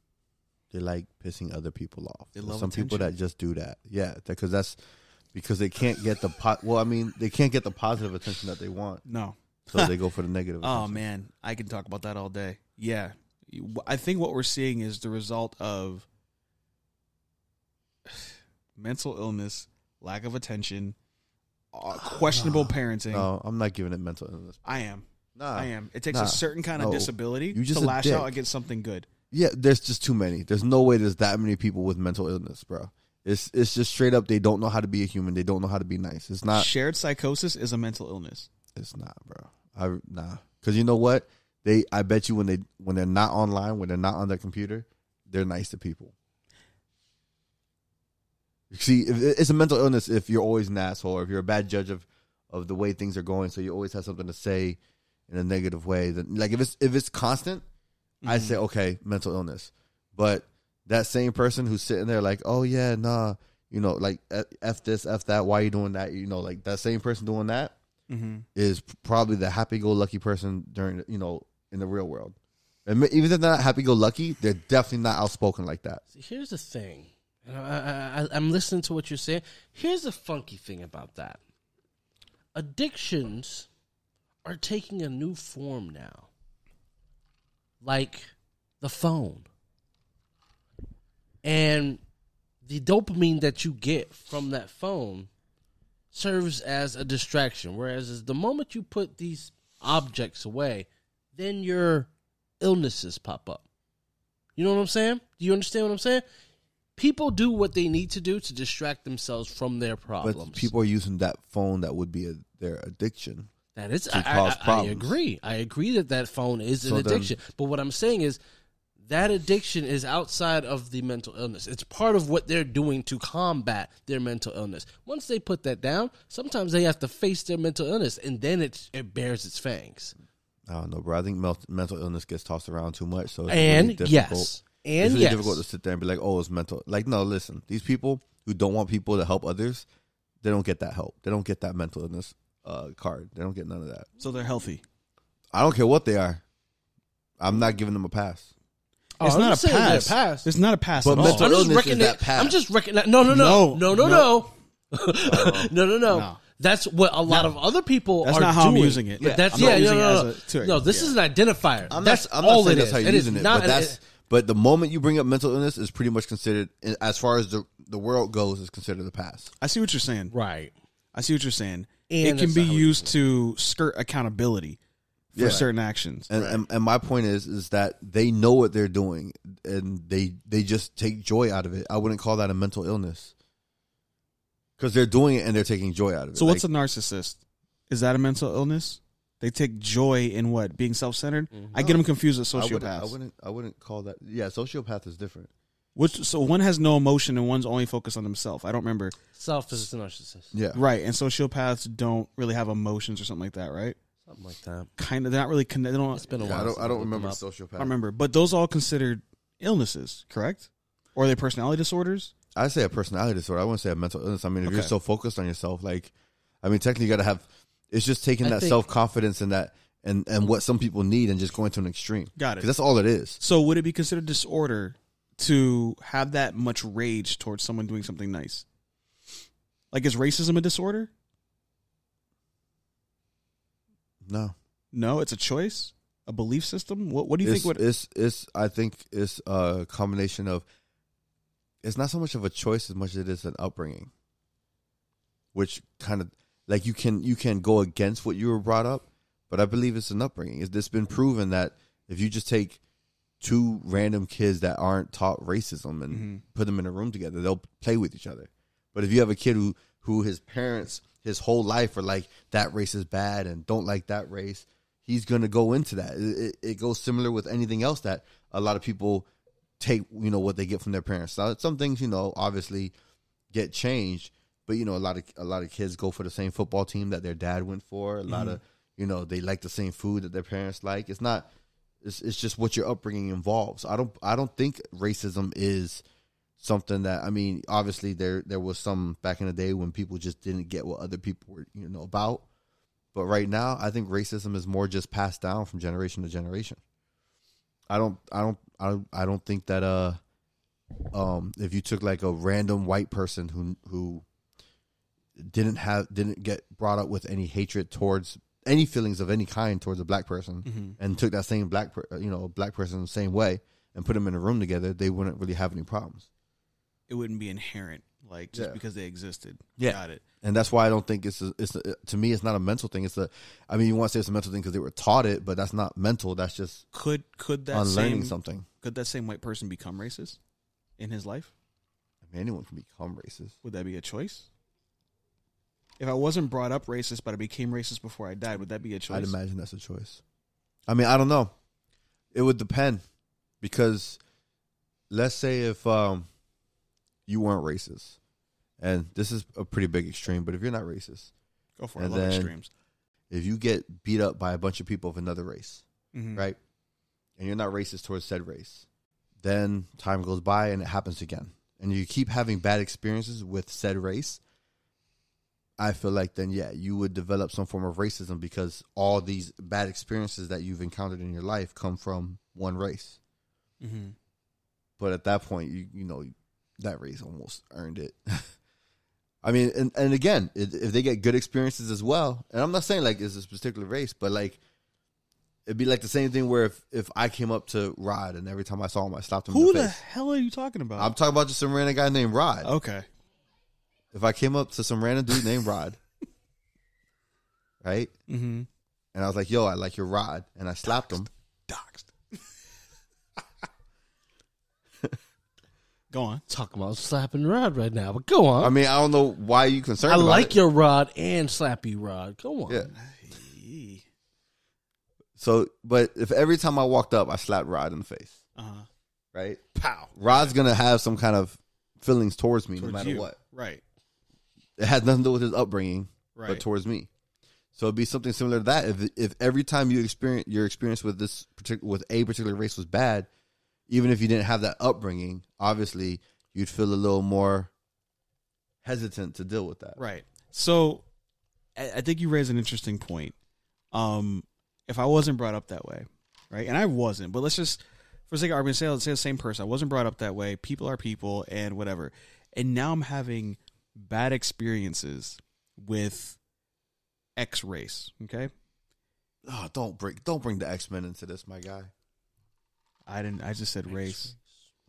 They like pissing other people off.
They
There's
love
some people
attention.
that just do that. Yeah, because that's because they can't get the po- well. I mean, they can't get the positive attention that they want,
No.
so they go for the negative.
Oh
attention.
man, I can talk about that all day. Yeah, You- I think what we're seeing is the result of mental illness, lack of attention, uh, questionable parenting.
No, I'm not giving it mental illness.
I am.
Nah,
I am. It takes
nah,
a certain kind of
no.
disability
You just
to
a
lash out
dick.
against something good.
Yeah, there's just too many. There's no way there's that many people with mental illness, bro. It's it's just straight up. They don't know how to be a human. They don't know how to be nice. It's not.
Shared psychosis is a mental illness.
It's not, bro. I nah. Cause you know what? They I bet you when they when they're not online, when they're not on their computer, they're nice to people. You See, if- it's a mental illness if you're always an asshole, or if you're a bad judge of of the way things are going, so you always have something to say in a negative way. Then, like if it's if it's constant, I say okay, mental illness. But that same person who's sitting there like, oh yeah, nah, you know, like f F this, f that. Why you doing that? You know, like that same person doing that
Mm-hmm.
is probably the happy-go-lucky person during you know in the real world. And ma- even if they're not happy-go-lucky, they're definitely not outspoken like that.
See, here's the thing. And I, I, I, I'm listening to what you're saying. Here's the funky thing about that. Addictions are taking a new form now. Like the phone. And the dopamine that you get from that phone serves as a distraction. Whereas is the moment you put these objects away, then your illnesses pop up. You know what I'm saying? Do you understand what I'm saying? People do what they need to do to distract themselves from their problems.
But people are using that phone that would be a, their addiction.
that is,
to
I, I-
cause
I- I
problems.
agree. I agree that that phone is an
So then-
addiction. but what I'm saying is that addiction is outside of the mental illness. It's part of what they're doing to combat their mental illness. Once they put that down, sometimes they have to face their mental illness, and then it it bears its fangs.
I don't know, bro. I think mel- mental illness gets tossed around too much, so it's really
and
difficult.
yes, and
it's really
yes,
difficult to sit there and be like, "Oh, it's mental." Like, no, listen, these people who don't want people to help others, they don't get that help. They don't get that mental illness uh, card. They don't get none of that.
So they're healthy.
I don't care what they are. I'm not giving them a pass.
Oh,
it's
I'm
not
just
a
saying they're
pass.
passed.
It's not a pass
But
at all.
mental-
I'm just
illness is
reckoning.
that path.
I'm just reckoning. No, no, no,
No,
no, no, no, no, no, no.
No.
That's what a lot of other people.
That's
are
not how I'm
doing.
using it.
But
Yeah.
that's
I'm not
yeah,
using it
no, no,
as a- to-
no. no this
yeah.
is an identifier.
I'm
that's
not, I'm
all
not saying
it
that's how
is.
you're
It is
using it,
not
but
an-
that's but the moment you bring up mental illness is pretty much considered, as far as the the world goes, is considered a pass.
I see what you're saying.
right.
I see what you're saying.
And
it can
that's
be
not how we
used to skirt accountability for
Yeah.
certain actions.
And, and and my point is is that they know what they're doing and they they just take joy out of it. I wouldn't call that a mental illness because they're doing it and they're taking joy out of it.
So what's a
Like,
narcissist? Is that a mental illness? They take joy in what being self-centered. I get them confused with
I wouldn't, I
sociopaths.
wouldn't I wouldn't call that. Yeah, sociopath is different.
Which so one has no emotion and one's only focused on themselves. I don't remember
Self is a narcissist.
Yeah,
right. And sociopaths don't really have emotions or something like that, right?
Something like that.
Kind of. They're not really. Con- they don't.
It's been a
Yeah,
while.
I don't
since
I don't
looked them
remember
up.
I
sociopath.
don't remember. But those all considered illnesses, correct? Or are they personality disorders?
I say a personality disorder. I wouldn't say a mental illness. I mean, if you're
Okay.
so focused on yourself, like, I mean, technically, you got to have. It's just taking
I
that
think-
self confidence and that and and what some people need and just going to an extreme.
Got it.
'Cause that's all it is.
So would it be considered disorder to have that much rage towards someone doing something nice? Like is racism a disorder?
No,
No, it's a choice, a belief system. What What do you
it's,
think? What
it's it's. I think it's a combination of. It's not so much of a choice as much as it is an upbringing. Which kind of like you can you can go against what you were brought up, but I believe it's an upbringing. It's, it's been proven that if you just take two random kids that aren't taught racism and put them in a room together, they'll play with each other. But if you have a kid who who his parents his whole life are like that race is bad and don't like that race, he's gonna go into that. It, it, it goes similar with anything else that a lot of people take. You know what they get from their parents. Now some things you know obviously get changed, but you know a lot of a lot of kids go for the same football team that their dad went for. A lot of you know they like the same food that their parents like. It's not it's, it's just what your upbringing involves. I don't I don't think racism is something that I mean. Obviously, there there was some back in the day when people just didn't get what other people were you know about. But right now, I think racism is more just passed down from generation to generation. I don't I don't I don't, I don't think that uh um if you took like a random white person who who didn't have didn't get brought up with any hatred towards any feelings of any kind towards a black person
Mm-hmm.
and took that same black per, you know black person the same way and put them in a room together they wouldn't really have any problems
it wouldn't be inherent, like just
Yeah.
because they existed.
Yeah.
got it.
and that's why i don't think it's a, it's a, to me it's not a mental thing it's a i mean you want to say it's a mental thing because they were taught it but that's not mental that's just
Could Could that
unlearning
same
something
Could that same white person become racist in his life?
I mean, anyone can become racist
Would that be a choice? If I wasn't brought up racist, but I became racist before I died, would that be a choice?
I'd imagine that's a choice. I mean, I don't know. It would depend because let's say if um, you weren't racist, and this is a pretty big extreme, but if you're not racist,
Go for it. I
And
love
then-
extremes.
if you get beat up by a bunch of people of another race,
Mhm.
right, and you're not racist towards said race, then time goes by and it happens again, and you keep having bad experiences with said race. I feel like then, yeah, you would develop some form of racism because all these bad experiences that you've encountered in your life come from one race.
Mhm.
But at that point, you you know that race almost earned it. I mean, and and again, if if they get good experiences as well, and I'm not saying like it's this particular race, but like it'd be like the same thing where if if I came up to Rod and every time I saw him, I stopped him.
Who
in the,
the
face.
hell are you talking about?
I'm talking about just some random guy named Rod.
okay.
If I came up to some random dude named Rod, right,
Mm-hmm.
and I was like, "Yo, I like your rod," and I slapped him.
Doxed. Go on.
Talking about slapping Rod right now, but go on.
I mean, I don't know why you concerned.
I
about
like
it.
your Rod and slappy Rod. Go on.
Yeah. So, but if every time I walked up, I slapped Rod in the face,
Uh-huh.
right? Pow. Rod's gonna have some kind of feelings towards me,
Towards
no matter
you.
what.
Right.
It has nothing to do with his upbringing,
Right.
but towards me. So it'd be something similar to that. If if every time you experience your experience with this particular with a particular race was bad, even if you didn't have that upbringing, obviously you'd feel a little more hesitant to deal with that.
Right. So I, I think you raise an interesting point. Um, if I wasn't brought up that way, right? And I wasn't, but let's just for the sake of argument, say, let's say the same person. I wasn't brought up that way. People are people and whatever. And now I'm having bad experiences with X race. Okay.
Oh, don't bring don't bring the X Men into this, my guy.
I didn't I just said race.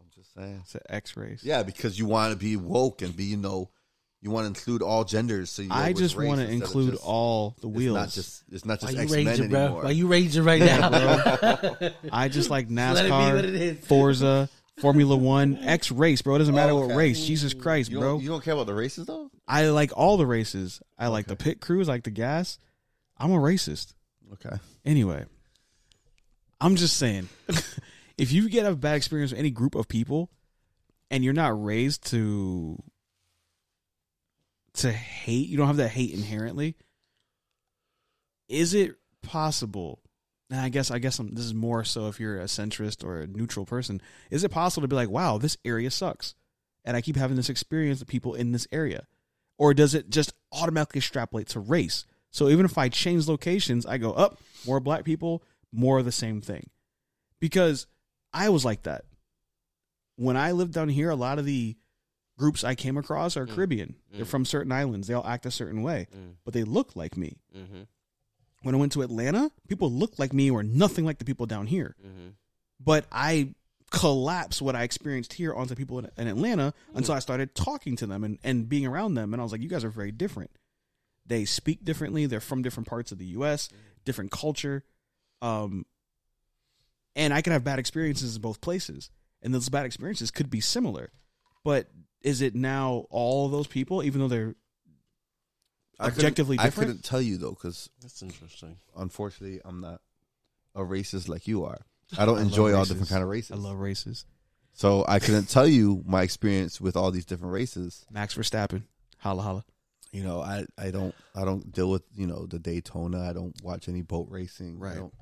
I'm just saying.
I said X race.
Yeah, because you want to be woke and be, you know, you want to include all genders. So you go
I
with
just
race
want to
instead of
include
just-
all the
It's
wheels.
not just it's not
Why
just
you
X Men
raging, bro?
anymore.
Why you raging right now?
I just like
let it be what
NASCAR,
it is. Oh,
Forza, Formula One, X race, bro. It doesn't matter
okay.
what race. Jesus Christ,
you,
bro.
don't, you don't care about the races though.
I like all the races. I like the pit crews, I like the gas. I'm a racist.
Okay.
Anyway, I'm just saying, if you get a bad experience with any group of people, and you're not raised to to hate, you don't have that hate inherently. Is it possible? And I guess I guess I'm, this is more so if you're a centrist or a neutral person. Is it possible to be like, wow, this area sucks, and I keep having this experience with people in this area, or does it just automatically extrapolate to race? So even if I change locations, I go up more black people, more of the same thing, because I was like that when I lived down here. A lot of the groups I came across are Caribbean. They're from certain islands. They all act a certain way, but they look like me. When I went to Atlanta, people looked like me or nothing like the people down here. But I collapsed what I experienced here onto people in, in Atlanta until I started talking to them and, and being around them. And I was like, you guys are very different. They speak differently. They're from different parts of the U.S., different culture. Um, and I could have bad experiences in both places. And those bad experiences could be similar. But is it now all those people, even though they're
I couldn't-
Objectively
I
different?
couldn't tell you though, because
That's interesting.
unfortunately, I'm not a racist like you are. I don't enjoy all different kind of races.
I love races.
so I couldn't tell you my experience with all these different races.
Max Verstappen, holla holla.
You know, I, I don't I don't deal with you know the Daytona. I don't watch any boat racing.
Right.
I don't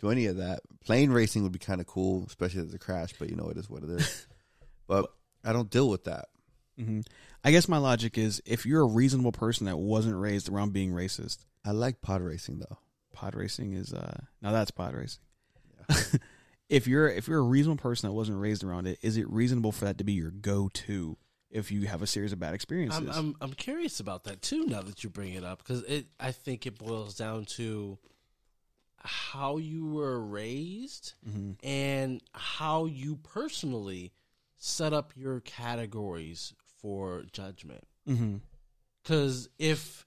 do any of that. Plane racing would be kind of cool, especially as a crash. But you know, it is what it is. but I don't deal with that.
hmm I guess my logic is if you're a reasonable person that wasn't raised around being racist,
I like pod racing though.
pod racing is uh now that's pod racing. if you're if you're a reasonable person that wasn't raised around it, is it reasonable for that to be your go to if you have a series of bad experiences?
I'm, I'm I'm curious about that too. Now that you bring it up, because it I think it boils down to how you were raised
Mm-hmm.
and how you personally set up your categories for judgment.
hmm
Because if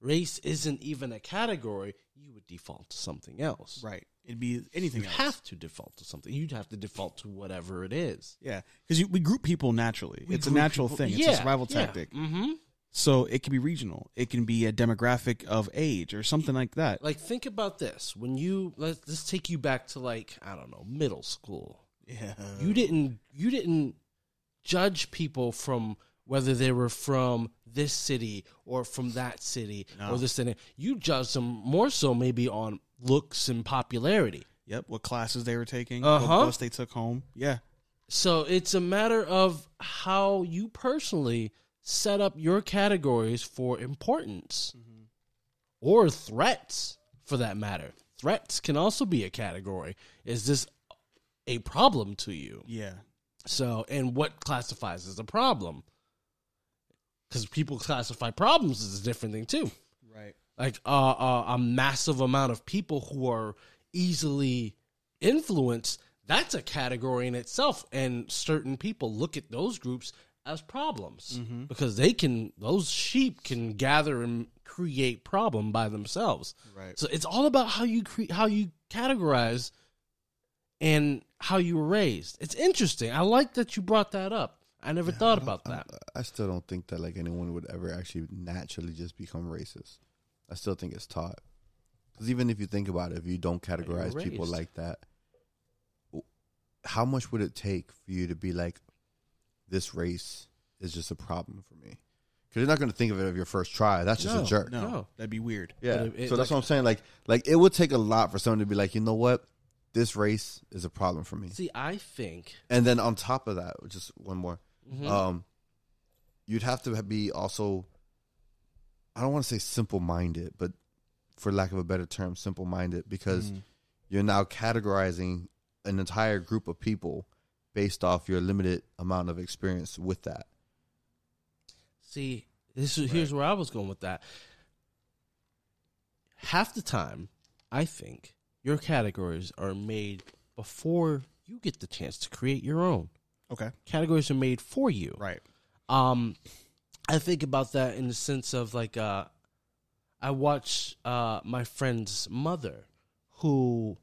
race isn't even a category, you would default to something else.
Right. It'd be anything
You
else.
have to default to something. You'd have to default to whatever it is.
yeah, because we group people naturally.
We
it's a
group
natural
people-
thing. It's a
Yeah,
survival
yeah.
tactic.
Mm-hmm.
So it can be regional. It can be a demographic of age or something like that.
like think about this when you let's, let's take you back to like i don't know middle school
yeah.
you didn't you didn't judge people from whether they were from this city or from that city or this and that. you judged them more so maybe on looks and popularity
Yep. What classes they were taking?
Uh-huh.
What bus they took home? Yeah.
so it's a matter of how you personally set up your categories for importance or threats for that matter threats can also be a category is this a problem to you
Yeah.
so and what classifies as a problem because people classify problems as a different thing too
Right.
like uh, uh, a massive amount of people who are easily influenced that's a category in itself and certain people look at those groups as problems because they can those sheep can gather and create problem by themselves
Right.
so it's all about how you cre- how you categorize and how you were raised it's interesting i like that you brought that up i never thought about that
I still don't think that like anyone would ever actually naturally just become racist. I still think it's taught. Because even if you think about it, if you don't
you were
categorize people
raised.
like that, w- how much would it take for you to be like, this race is just a problem for me? Because you're not going to think of it of your first try. That's just
No,
a jerk.
No,
No.
that'd be weird.
Yeah.
But it- it-
so that's
like-
what I'm saying. Like, like it would take a lot for someone to be like, you know what, this race is a problem for me.
see i think
Mm-hmm.
And then on top of that, just one more. Um, you'd have to be also I don't want to say simple minded, but for lack of a better term, simple minded because
Mm-hmm.
you're now categorizing an entire group of people based off your limited amount of experience with that.
See, this is, here's where I was going with that. Half the time, I think your categories are made before you get the chance to create your own.
Okay.
Categories are made for you.
Right.
Um, I think about that in the sense of like, uh, I watch uh, my friend's mother, who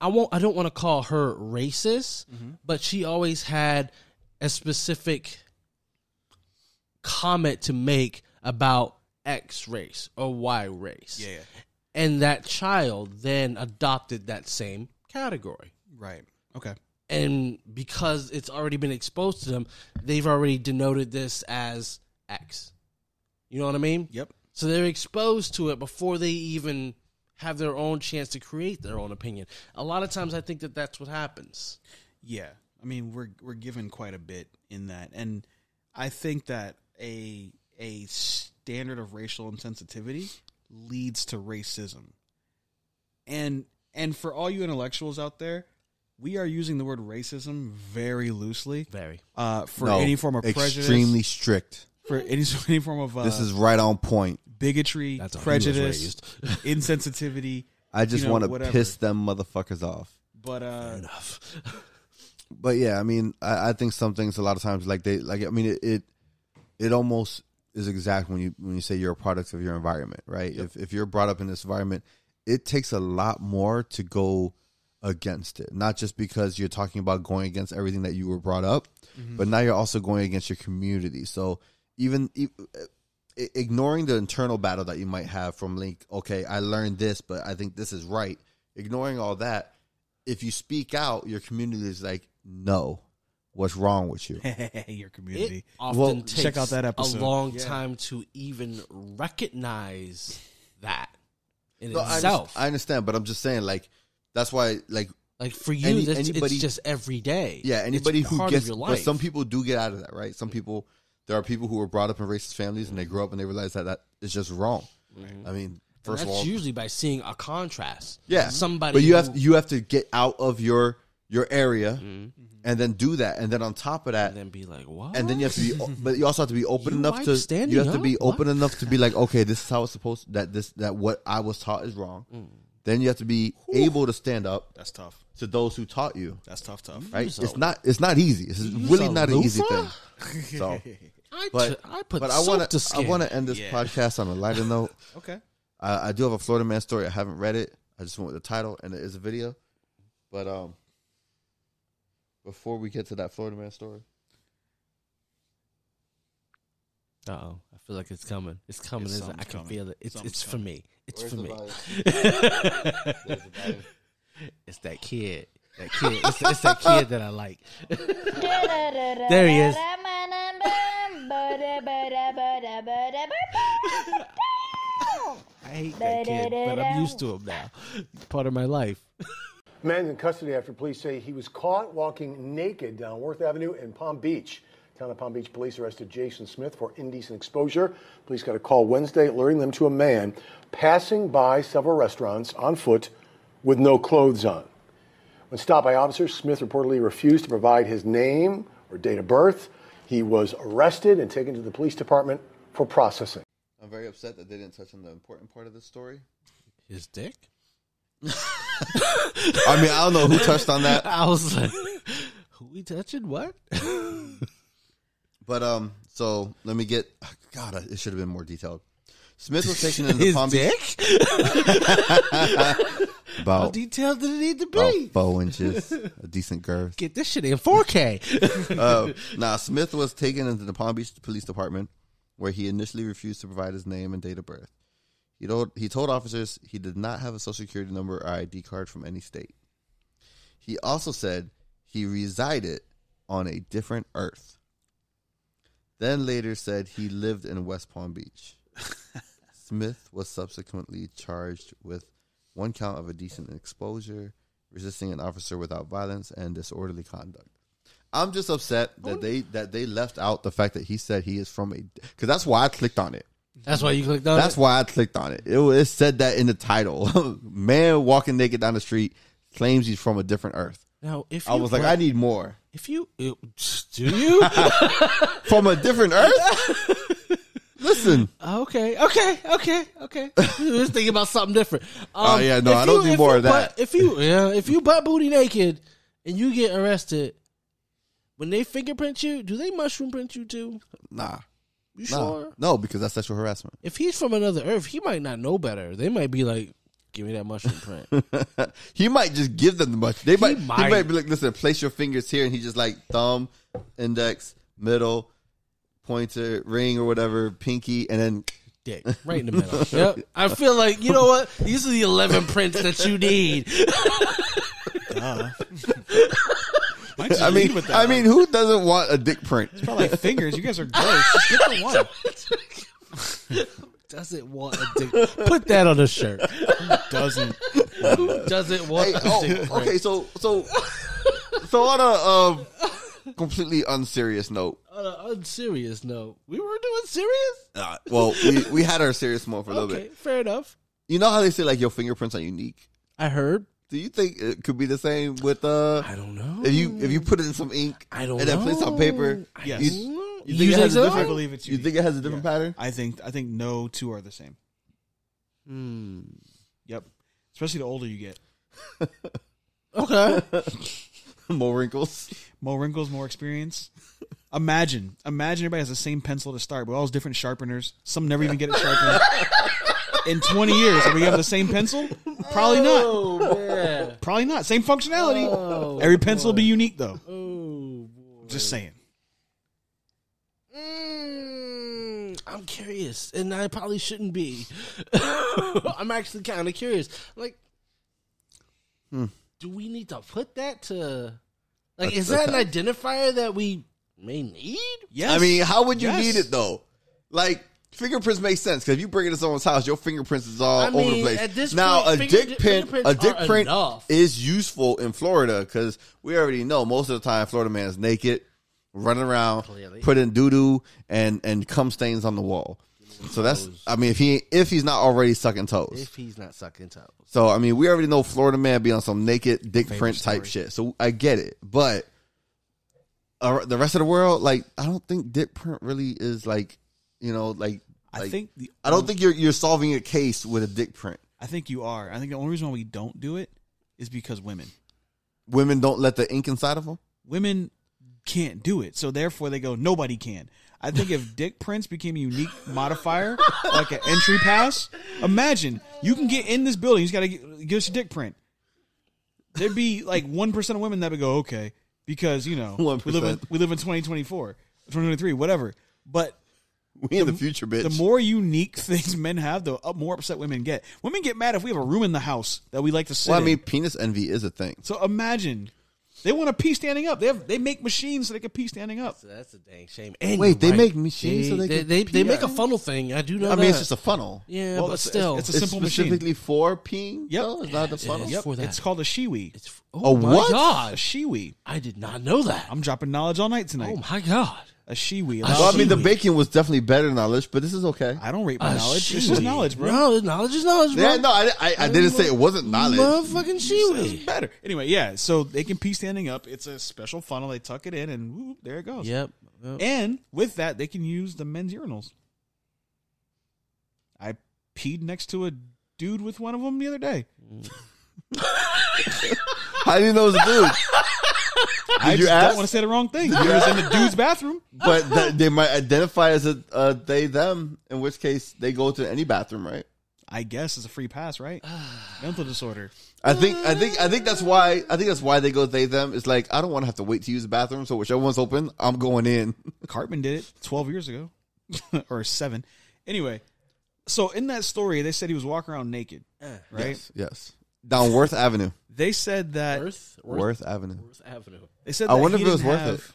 I won't, I don't want to call her racist,
Mm-hmm.
but she always had a specific comment to make about X race or Y race.
Yeah.
And that child then adopted that same category
Right. Okay.
and because it's already been exposed to them, they've already denoted this as X. You know what I mean?
Yep.
So they're exposed to it before they even have their own chance to create their own opinion. A lot of times, I think that that's what happens.
Yeah. I mean, we're we're given quite a bit in that, and I think that a a standard of racial insensitivity leads to racism. And and for all you intellectuals out there, we are using the word racism very loosely
Very.
uh, for
No,
any form of prejudice,
extremely strict.
for any any form of uh,
this is right on point.
bigotry,
That's how he was
prejudice, insensitivity.
I just
you know,
want to
whatever.
piss them motherfuckers off.
But uh,
Enough.
but yeah, I mean, I, I think some things a lot of times like they like I mean it it, it almost is exact when you when you say you're a product of your environment, right? If if you're brought up in this environment, it takes a lot more to go against it. Not just because you're talking about going against everything that you were brought up, but now you're also going against your community. So even e- i- ignoring the internal battle that you might have from link okay i learned this but i think this is right ignoring all that if you speak out your community is like no what's wrong with you
your
It
community.
often
Well,
takes
check out that episode.
a long
Yeah.
time to even recognize that in
No, I,
itself.
underst- I understand but i'm just saying like that's why like
like for you,
Any-
that's,
anybody-
it's just every day.
yeah
It's
anybody who
part of
gets
your
but
life.
some people do get out of that right some people there are people who were brought up in racist families and they grow up and they realize that that is just wrong i mean
And
first of
that's
all
usually by seeing a contrast.
Yeah,
somebody.
But you
who-
have you have to get out of your your area and then do that, and then on top of that,
Mm-hmm. and then be like, what?
and then you have to be, o- but you also have to be open
You
enough
like
to
standing
you have to
up?
be open
What?
enough to be like, okay, this is how it's supposed that this that what I was taught is wrong.
Mm.
Then you have to be able to stand up
That's tough.
to those who taught you.
That's tough. Tough.
Right?
Use
It's
a-
not it's not easy. It's really
a
not an easy
loofah?
thing. So,
I,
but
t- I put
but I
soap
want
to
to I
skin.
want to end this podcast on a lighter note.
Okay.
I, I do have a Florida man story. I haven't read it. I just went with the title, and it is a video. But um, before we get to that Florida man story,
Uh oh, I feel like it's coming. It's coming.
It's
isn't it? I
something's
can
coming.
feel it. It's
Something's
it's for me. It's for me. it's that kid. That kid. It's, it's that kid that I like.
There
he is. I hate that kid, but I'm used to him now. Part of my life.
Man's in custody after police say he was caught walking naked down Worth Avenue in Palm Beach. Town of Palm Beach police arrested Jason Smith for indecent exposure. Police got a call Wednesday alerting them to a man passing by several restaurants on foot with no clothes on. When stopped by officers, Smith reportedly refused to provide his name or date of birth. He was arrested and taken to the police department for processing.
I'm very upset that they didn't touch on the important part of this story.
His dick.
I mean, I don't know who touched on that,
I was like, who we touching? What?
but um, so let me get. God, it should have been more detailed. Smith was taken into
His
Palm Beach
dick? How
about,
detailed did it need to be?
about four inches, a decent girth.
Get this shit in 4K.
Uh, now, Smith was taken into the Palm Beach Police Department, where he initially refused to provide his name and date of birth. He told, he told officers he did not have a social security number or ID card from any state. He also said he resided on a different earth. Then later said he lived in West Palm Beach. Smith was subsequently charged with one count of indecent exposure, resisting an officer without violence, and disorderly conduct. I'm just upset
Oh,
that they that they left out the fact that he said he is from a because that's why I clicked on it.
That's why you clicked on
That's
it.
why I clicked on it. It, wa- it said that in the title. Man walking naked down the street claims he's from a different Earth.
Now, if you
I was like,
run-
I need more
if you do you
from a different Earth. Listen,
okay okay okay okay you was thinking about something different.
Oh,
Um,
yeah, no,
if
I don't do
if
more
you
of that.
butt- if you yeah, if you butt booty naked and you get arrested, when they fingerprint you, do they mushroom print you too?
nah,
You
nah,
sure?
no, because that's sexual harassment.
If he's from another Earth, he might not know better. They might be like, "Give me that mushroom print."
he might just give them the much. They might, he
might.
might be like, listen, place your fingers here, and he just like thumb, index, middle, pointer, ring or whatever, pinky, and then
dick right in the middle. Yep. I feel like you know what? These are the eleven prints that you need.
Mike's
I mean,
lead with that.
I mean, who doesn't want a dick print?
Probably like fingers. You guys are gross. Just Get the one.
Doesn't want a dick. Put that on a shirt.
Doesn't.
Who doesn't want
Hey,
a dick
oh,
print?
okay, so so so on a um, completely unserious note.
On an unserious note, we were doing serious.
Uh, well, we, we had our serious moment for a little
Okay,
bit.
fair enough.
You know how they say like your fingerprints are unique.
I heard.
Do you think it could be the same with uh?
I don't know.
If you if you put it in some ink,
I don't
and then place it on
know.
paper,
Yes.
you, you
You
think it
think
has a
so?
different?
I believe it's
You think it has a different
Yeah.
pattern?
I think I think no two are the same.
Hmm.
Yep. Especially the older you get.
Okay.
More wrinkles.
More wrinkles, more experience. Imagine. Imagine everybody has the same pencil to start, but all those different sharpeners. Some never even get it sharpened. In 20 years, are we have the same pencil? Probably not.
Oh man.
Probably not. Same functionality.
Oh,
Every pencil will be unique, though.
Oh boy.
Just saying.
Mm, I'm curious, and I probably shouldn't be. I'm actually kind of curious. Like, do we need to put that to? Like, is that an identifier that we may need?
Yes.
I mean, how would you
Yes.
need it though? Like fingerprints make sense because if you bring it to someone's house, your fingerprints is all
I mean,
over the place.
at this
now,
point,
a
finger-
dick print,
fingerprints
a dick
are
print
enough.
is useful in Florida because we already know most of the time Florida man is naked, running around,
Clearly.
putting doo doo and and cum stains on the wall. So that's, I mean, if he if he's not already sucking toes,
If he's not sucking toes,
so I mean, we already know Florida man be on some naked dick print type shit. So I get it, but uh, the rest of the world, like, I don't think dick print really is like, you know, like.
I
like-
think the
I don't think you're you're solving a case with a dick print.
I think you are. I think the only reason why we don't do it is because women.
Women don't let the ink inside of them.
Women can't do it, so therefore they go nobody can. I think if Dick Prince became a unique modifier, like an entry pass, imagine you can get in this building. You just got to give us your dick print. There'd be like one percent of women that would go okay because you know we live in
1%.
we live in twenty twenty four, twenty twenty three, whatever. But
We in the future, bitch.
the more unique things men have, the up- more upset women get. Women get mad if we have a room in the house that we like to sit.
well, I
in.
mean, penis envy is a thing.
So imagine they want to pee standing up. They have they make machines so they can pee standing up.
so that's a dang shame. And
Wait,
you're
they
right.
make machines so they
they
can
they, they
pee
make a
out?
funnel thing. I do know.
I mean, it's
that.
just a funnel.
yeah,
Well,
but
it's- it's-
still,
it's a
It's
simple machine.
specifically for peeing.
Yep.
though? it's not the funnel.
Yep,
for that.
it's called a shiwi.
It's- oh
A
my
what?
A
god!
shiwi.
I did not know that.
I'm dropping knowledge all night tonight.
oh my god!
a shiwi.
Well, I mean, the
Shiwi.
bacon was definitely better knowledge, but this is okay.
I don't rate my
A
knowledge. This is
shiwi.
knowledge, bro.
No, knowledge is knowledge, bro.
Yeah, no, I, I, I didn't say it wasn't knowledge.
Motherfucking
It's
shiwi.
better. Anyway, yeah. So they can pee standing up. It's a special funnel. They tuck it in, and whoop, there it goes.
Yep.
And with that, they can use the men's urinals. I peed next to a dude with one of them the other day.
How do you know it was a dude?
I
you
just
ask?
don't want to say the wrong thing. He was in the dude's bathroom.
But th- they might identify as a uh, they them, in which case they go to any bathroom, right?
I guess is a free pass, right? Mental disorder.
I think I think I think that's why I think that's why they go they them. It's like I don't want to have to wait to use the bathroom, so whichever one's open, I'm going in.
Cartman did it 12 years ago or seven. Anyway, so in that story, they said he was walking around naked, right?
Yes, down Worth Avenue.
They said that
Earth,
Worth Avenue.
Worth Avenue.
they said
I
that
wonder
he
if it was
didn't
worth
have
it.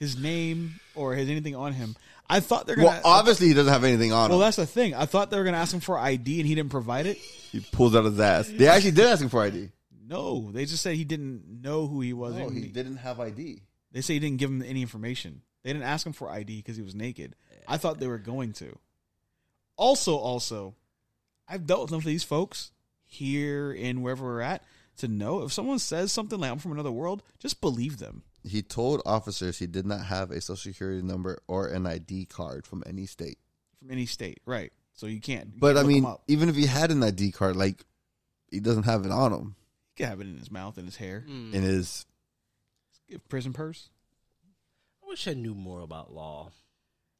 His name or his anything on him. I thought they're
Well,
gonna.
obviously he doesn't have anything on
well,
him.
that's the thing. I thought they were gonna ask him for ID and he didn't provide it.
He pulls out his ass. They actually did ask him for ID.
No, they just said he didn't know who he was.
No, he didn't have ID.
They say he didn't give him any information. They didn't ask him for ID because he was naked. I thought they were going to. Also, also, I've dealt with enough of these folks here and wherever we're at to know if someone says something like I'm from another world, just believe them.
He told officers he did not have a social security number or an ID card from any state.
From any state, right? So you can't. you
But
can't
I
look 'em
mean,
up.
even if he had an ID card, like he doesn't have it on him
he could have it in his mouth and his hair,
in his
prison purse.
I wish I knew more about law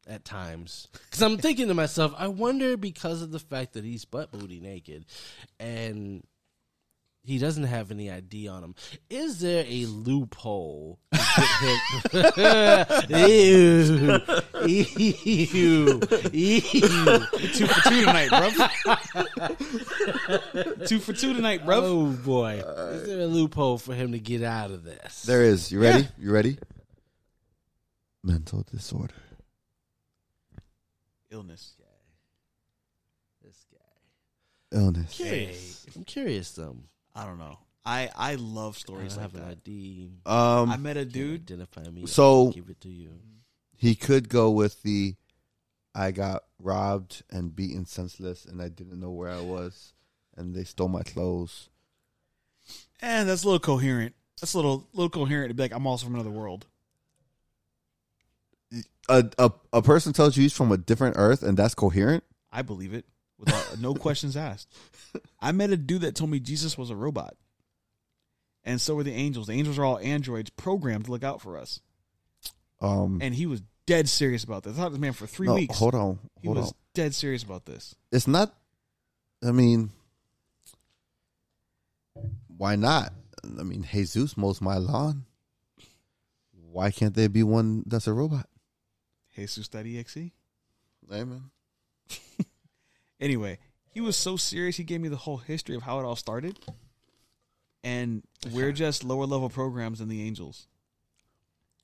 at times. Because I'm thinking to myself, I wonder because of the fact that he's butt booty naked and he doesn't have any ID on him, is there a loophole? to get him- ew. Ew. Ew.
two for two tonight, bro. two for two tonight, bro.
Oh boy. Is there a loophole for him to get out of this?
There is. You ready? You ready? Mental disorder.
Illness.
This guy.
Illness.
Curious.
I'm curious though.
I don't know. I I love
I
stories
don't
like
have an
that.
ID.
I
Um
met a
Dude,
dude.
identify me.
So-
I'll give it to you.
he could go with the I got robbed and beaten senseless and I didn't know where I was and they stole my clothes.
And that's a little coherent. That's a little little coherent to be like, I'm also from another world.
A a, a person tells you he's from a different earth and that's coherent?
I believe it without no questions asked. I met a dude that told me Jesus was a robot, and so were the angels. The angels are all androids programmed to look out for us,
Um
and he was dead serious about this. I thought this man for three
no,
weeks.
hold on.
he
Hold
was
on.
dead serious about this.
It's not I mean why not? I mean Jesus mows my lawn. Why can't there be one that's a robot?
Jesus.exe.
Amen.
Anyway, he was so serious. He gave me the whole history of how it all started, and we're just lower level programs than the angels.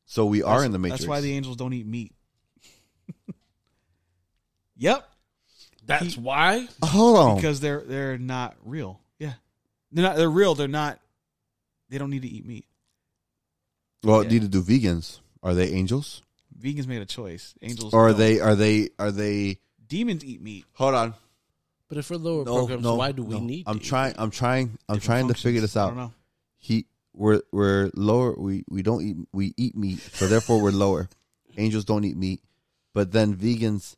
So we are in the Matrix.
That's why the angels don't eat meat. yep,
That's why?
Uh, hold on.
because they're they're not real. Yeah, they're not. They're real. They're not. They don't need to eat meat.
well,
yeah.
neither do vegans. Are they angels?
Vegans made a choice. Angels
Or are
don't.
they? Are they? Are they?
Demons eat meat.
Hold on.
But if we're lower
No,
programs,
no,
why do we
no.
need
I'm
to?
trying. I'm trying. I'm
Different
trying to
functions.
figure this
I
out.
don't know.
He. We're we're lower. We we don't eat. We eat meat, so therefore we're lower. Angels don't eat meat, but then vegans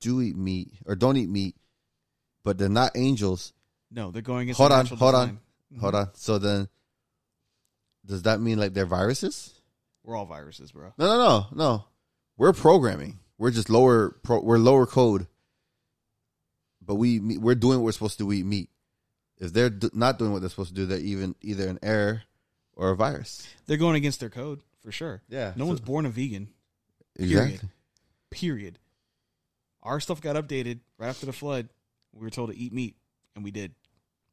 do eat meat or don't eat meat, but they're not angels.
No, they're going against.
hold
the
on.
natural
Hold on.
design. Mm-hmm.
Hold on. So then, does that mean like they're viruses?
We're all viruses, bro.
No, no, no, no. We're programming. We're just lower. Pro, we're lower code. But we eat meat- we're doing what we're supposed to do. We eat meat. If they're d- not doing what they're supposed to do, they're even either an error or a virus.
They're going against their code for sure.
Yeah,
No
so-
one's born a vegan.
Exactly.
Period. Our stuff got updated right after the flood. We were told to eat meat, and we did.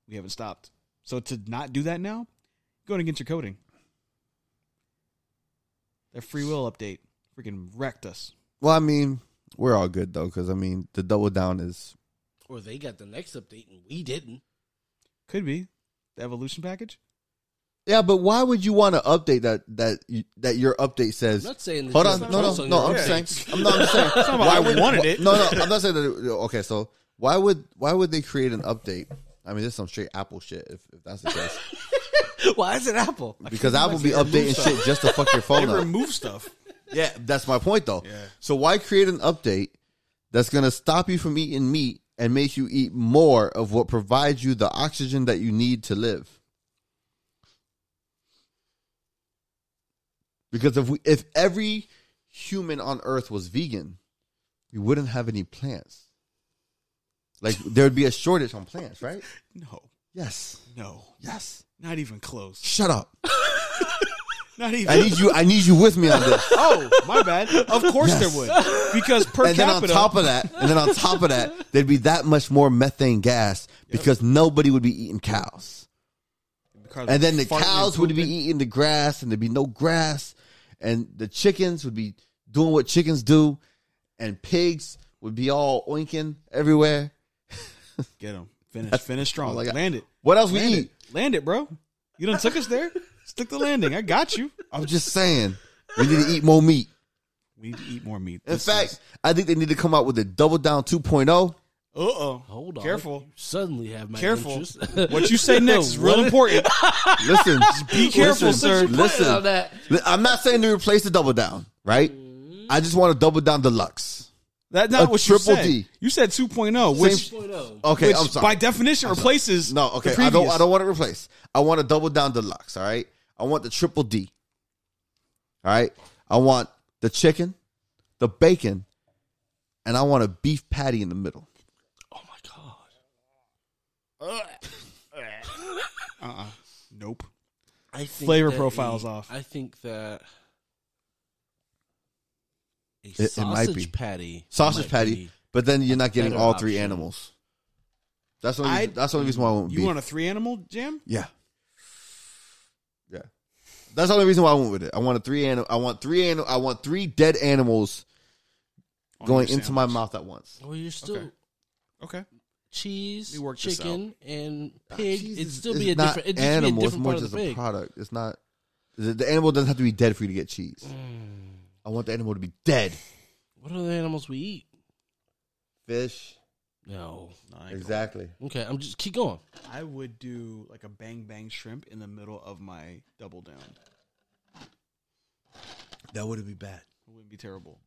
We haven't stopped. So to not do that now, going against your coding. Their free will update freaking wrecked us.
Well, I mean, we're all good though, because I mean, the double down is
Or they got the next update and we didn't.
Could be the evolution package.
yeah. But why would you want to update that that you, that your update says?
I'm not saying that
Hold
you're
on,
not
no, no,
trusting
no. I'm
your
saying,
updates.
I'm not I'm saying.
I wanted it.
No, no, I'm not saying that. Okay, so why would why would they create an update? I mean, this is some straight Apple shit. If, if that's the case,
why is it Apple?
because Apple be updating shit just to fuck
They
your phone up.
remove stuff.
Yeah, that's my point though. So why create an update that's gonna stop you from eating meat and make you eat more of what provides you the oxygen that you need to live? Because if we if every human on Earth was vegan, we wouldn't have any plants. Like there would be a shortage on plants, right?
No,
Yes.
no,
Yes.
not even close.
Shut up.
Not even.
I need you. I need you with me on this.
oh, my bad. Of course
Yes.
there would, because per
and then
capita.
on top of that, and then on top of that, there'd be that much more methane gas because nobody would be eating cows,
because
and then the
farting and
cows would be
pooping.
eating the grass, and there'd be no grass, and the chickens would be doing what chickens do, and pigs would be all oinking everywhere.
Get him. Finish. Finish strong.
all I got.
Land it.
What else we
Land
eat?
it. Land it, bro. You done took us there. Stick the landing. I got you.
I'm just saying, We need to eat more meat.
We need to eat more meat.
In fact, I think they need to come out with a double down 2.0.
uh oh,
Hold on.
careful,
You suddenly have my
careful.
interest.
what you say next is real
What?
important.
Listen,
be careful,
listen,
sir.
Listen,
on that.
Li- I'm not saying to replace the double down, right?
Mm-hmm.
I just want a double down deluxe.
That's not
A
what
triple
you said.
D.
You said 2.0, which,
Same-
2.0.
Okay,
which
I'm sorry.
by definition replaces
no, okay,
the
I don't.
previous.
I don't want to replace. I want a double down deluxe. All right, I want the triple D. All right, I want the chicken, the bacon, and I want a beef patty in the middle.
Oh my god.
Nope.
I think
Flavor
that
profile's
a-
off.
I think that a
might
sausage
be.
patty,
Sausage
might
patty,
be-
but then you're not getting
better
all three
option.
animals. That's the only.
I-
reason- that's the only reason why I won't
You
beef.
want a three animal jam?
Yeah. Yeah. That's the only reason why I went with it. I want a three animal. I want three animal. I want three dead animals
On
going
your
into my
sandwich.
mouth at once.
Well, you're still
Okay. Okay.
cheese,
We worked this
chicken, and pig.
Cheese
It'd
is-
still
it's
be a
not
different. It'd just be a
animal, it's
different
more
part of
just
the
a
pig.
product. It's not. The, the animal doesn't have to be dead for you to get cheese.
Mm.
I want the animal to be dead.
What are the animals we eat?
Fish.
No.
Exactly.
Okay, I'm just keep going.
I would do like a bang bang shrimp in the middle of my double down.
That wouldn't be bad.
It wouldn't be terrible.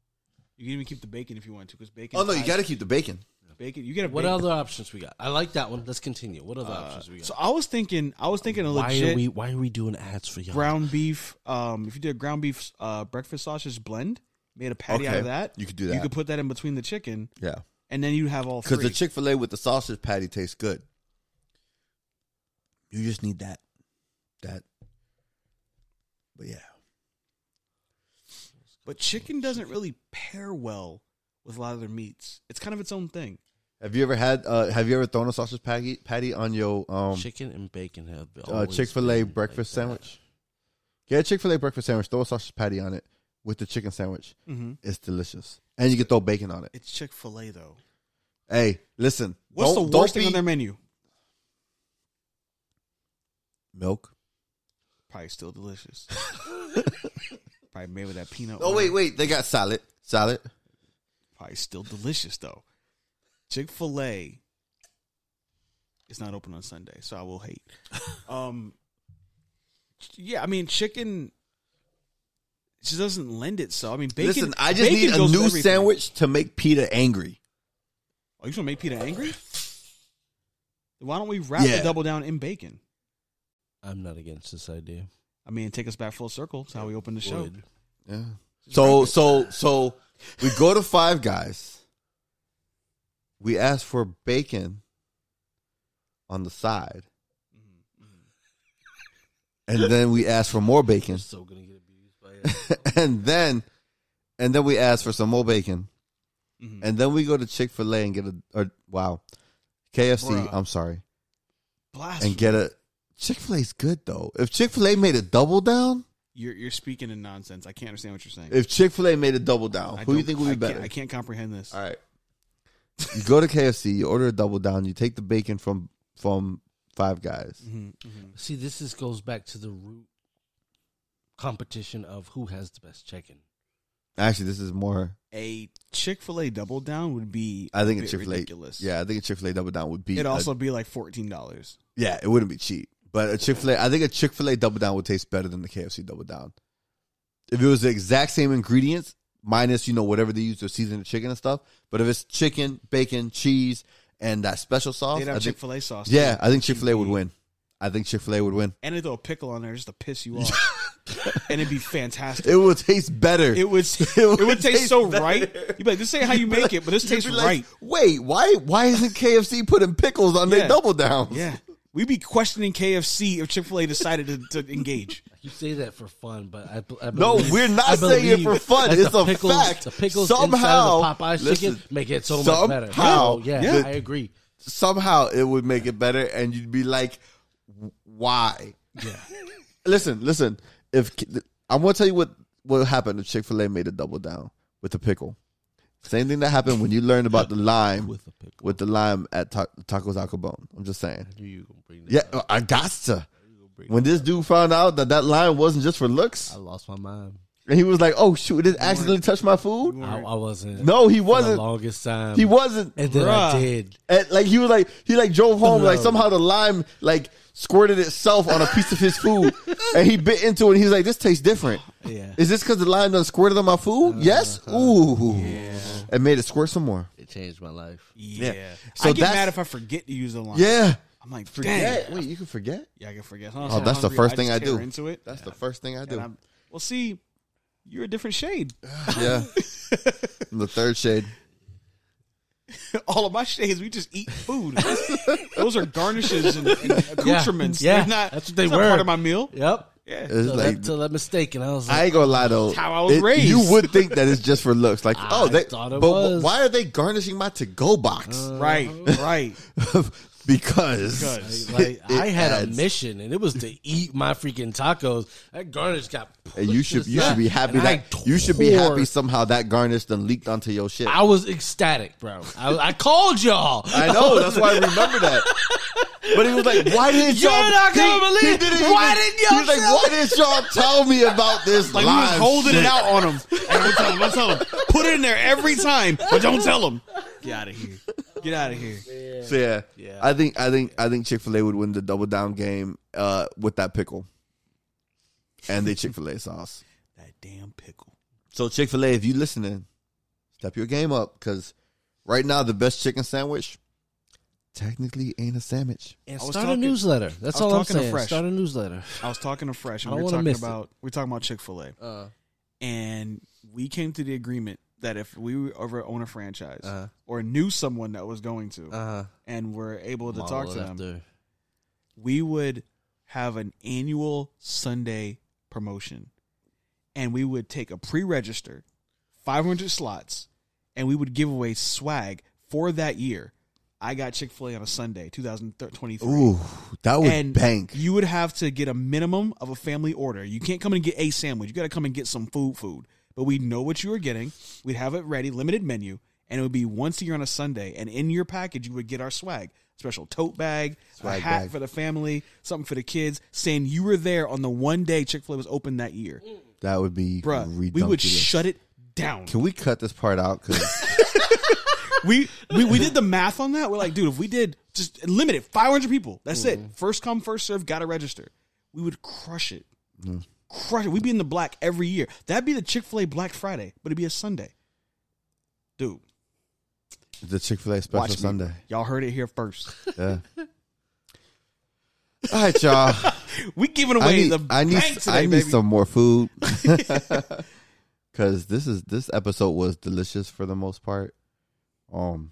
You can even keep the bacon if you want to, because bacon.
Oh no, you
ties-
got to keep the bacon.
bacon. You get a
What
bacon.
other options we got? I like that one. Let's continue. What other
Uh,
options we got?
so I was thinking, I was thinking a
why
legit
are we Why are we doing ads for y'all?
ground beef. Um, if you did a ground beef uh, breakfast sausage blend, made a patty out
Okay,
of that,
you could do
You
that.
could put that in between the chicken,
Yeah,
and then you have all
because
three.
the Chick Fil A with the sausage patty tastes good. You just need that. That. But yeah.
but chicken doesn't really pair well with a lot of their meats. It's kind of its own thing.
Have you ever had? Uh, have you ever thrown a sausage patty, patty on your um,
Chicken and bacon have
uh,
always
Chick Fil A
been like
breakfast
that.
sandwich? Get a Chick Fil A breakfast sandwich. Throw a sausage patty on it with the chicken sandwich.
Mm-hmm.
It's delicious, and you can throw bacon on it.
It's Chick Fil A though.
Hey, listen.
What's
don't-
the worst
don't
thing on
be-
their menu?
Milk.
Probably still delicious. Probably made with that peanut.
Oh
oil.
wait, wait. They got salad. Salad.
Probably still delicious though. Chick Fil A is not open on Sunday, so I will hate. Um, yeah, I mean chicken. It just doesn't lend itself. I mean, bacon.
listen, I just
bacon
need a
goes with
new
everything.
sandwich to make Peter angry.
Oh, you gonna make Peter angry? Why don't we wrap
Yeah.
the double down in bacon?
I'm not against this idea.
I mean, take us back full circle. It's how we opened the show.
Would.
Yeah. So so so we go to Five Guys. We ask for bacon on the side.
Mm-hmm.
And then we ask for more bacon.
So gonna get abused by it.
and then and then we ask for some more bacon.
Mm-hmm.
And then we go to Chick-fil-A and get a or, wow. KFC,
Bruh.
I'm sorry.
Blasphemy.
And get a Chick-fil-A's good though. If Chick-fil-A made a double down,
You're you're speaking in nonsense. I can't understand what you're saying.
if Chick-fil-A made a double down,
I
who do you
don't-
think would be
I
better?
Can't, I can't comprehend this.
All right. You go to KFC, you order a double down, you take the bacon from from Five Guys.
Mm-hmm.
See, this is goes back to the root competition of who has the best chicken.
Actually, this is more.
A Chick Fil A double down would be.
I think a
bit
Chick Fil A.
ridiculous.
Yeah, I think a Chick Fil A double down would be.
it'd
a-
also be like fourteen dollars.
yeah, it wouldn't be cheap, but a Chick Fil A. I think a Chick Fil A double down would taste better than the KFC double down. If it was the exact same ingredients, minus you know whatever they use to season the chicken and stuff, but if it's chicken, bacon, cheese, and that special sauce,
They'd
I
have Chick
think,
Fil A sauce.
yeah,
too.
I think Chick Fil A would win. I think Chick Fil A would win.
And they throw a pickle on there just to piss you off, and it'd be fantastic.
It would taste better.
It would it would, taste, so right. You'd be like, this ain't how you make it, but this
You'd be
tastes
like,
right.
Wait, why why isn't KFC putting pickles on
Yeah.
their double downs?
Yeah, we'd be questioning KFC if Chick Fil A decided to, to engage.
You say that for fun, but I, b- I
No,
believe-
we're not
I
saying it
believe
for fun.
that
It's
the
a
pickles,
fact.
The pickles
Somehow-
inside of the Popeyes
listen,
chicken make it so much better.
somehow-
So, yeah,
Yeah.
I agree.
Somehow it would make it better, and you'd be like, why? Yeah. listen, listen. If I'm gonna tell you what what happened if Chick Fil A made a double down with the pickle. Same thing that happened when you learned about the lime with,
With the pickle,
the lime at ta- Tacos Al Capone. I'm just saying.
I knew you were gonna bring that.
Yeah,
up.
I got to. When this dude found out that that line wasn't just for
I
looks,
lost my mind.
And he was like, "Oh shoot! Did it accidentally touch my food?"
I, I wasn't.
No, he
for the
wasn't.
longest time.
He wasn't.
Um, and then I
Bruh.
did.
And, like he was like he like drove home like
No.
somehow the lime like squirted itself on a piece of his food and he bit into it and he was like this tastes different.
Yeah. Uh-huh.
Is this because the lime done squirted on my food? yes. Ooh. And made it squirt some more.
It changed my life.
Yeah.
So
I get
that's-
mad if I forget to use the line.
Yeah.
I'm like, forget.
Forget. Wait, you can forget.
Yeah, I can forget.
Oh, that's the first thing I do.
Into it.
That's the first thing I
And
do.
I'm- well, see, you're a different shade.
Yeah. I'm the third shade.
All of my shades, we just eat food. Those are garnishes and, and accoutrements.
Yeah.
They're not,
That's what they
it's not
were.
part of my meal.
Yep.
Yeah.
It's
Till
like
that, till that mistake, and I was
I
like,
ain't gonna lie though.
how I was
it-
raised.
You would think that it's just for looks. Like, oh, they.
thought it
but
was.
why are they garnishing my to-go box?
Right, right.
because
Because.
Uh, like
it
I had
adds.
a mission, and it was to eat my freaking tacos. That garnish got.
and you
pushed
should you
aside,
should be happy
and
that
I
you should be
tore-
happy somehow that garnish then leaked onto your shit.
I was ecstatic, bro. I, I called y'all.
I know that's why I remember that. But he was like, "Why didn't
You're
y'all?
not gonna believe it. Why
even-
didn't y'all
He was like,
tell
"Why didn't y'all tell me about this?"
Like, we
live
was holding
shit?
it out on them. Don't tell them, don't tell them. Put it in there every time, but don't tell them. Get out of here. Get out of here.
So yeah, I think I think I think Chick Fil A would win the double down game uh, with that pickle and the Chick Fil A sauce.
That damn pickle.
So Chick Fil A, if you listening, step your game up because right now the best chicken sandwich technically ain't a sandwich.
And
I was
start
talking-
a newsletter. That's
I was
all I'm
talking to
saying.
Fresh.
Start a newsletter.
I was talking to Fresh,
I
and
don't
we were
wanna
talking
miss it.
about we were talking about Chick Fil A,
Uh,
and we came to the agreement that if we were ever own a franchise
Uh-huh.
or knew someone that was going to,
uh,
and were able to talk
modeled
to them,
after-
we would have an annual Sunday promotion, and we would take a pre-register, five hundred slots, and we would give away swag for that year. I got Chick Fil A on a Sunday, two thousand twenty-three.
Ooh, that would
and
Oh, bank.
you would have to get a minimum of a family order. You can't come and get a sandwich. You got to come and get some food, food. But we know what you are getting. We'd have it ready, limited menu, and it would be once a year on a Sunday. And in your package, you would get our swag, special tote bag, a
Swag
hat
bag.
for the family, something for the kids, saying you were there on the one day Chick Fil A was open that year,
that would be
Bruh, We would
redunculous.
shut it down.
Mm. Can we cut this part out? Because
we, we we did the math on that. We're like, dude, if we did just limit it, 500 people. That's
Mm-hmm.
it. First come, first serve. Got to register. We would crush it.
Mm-hmm.
Crush it. We'd be in the black every year. That'd be the Chick Fil A Black Friday, but it'd be a Sunday. Dude,
the Chick Fil A special
watch me.
Sunday.
Y'all heard it here first.
Yeah. All right, y'all.
We giving away
I need,
the
I need,
bank today,
I need
baby.
some more food. Cause this is this episode was delicious for the most part. Um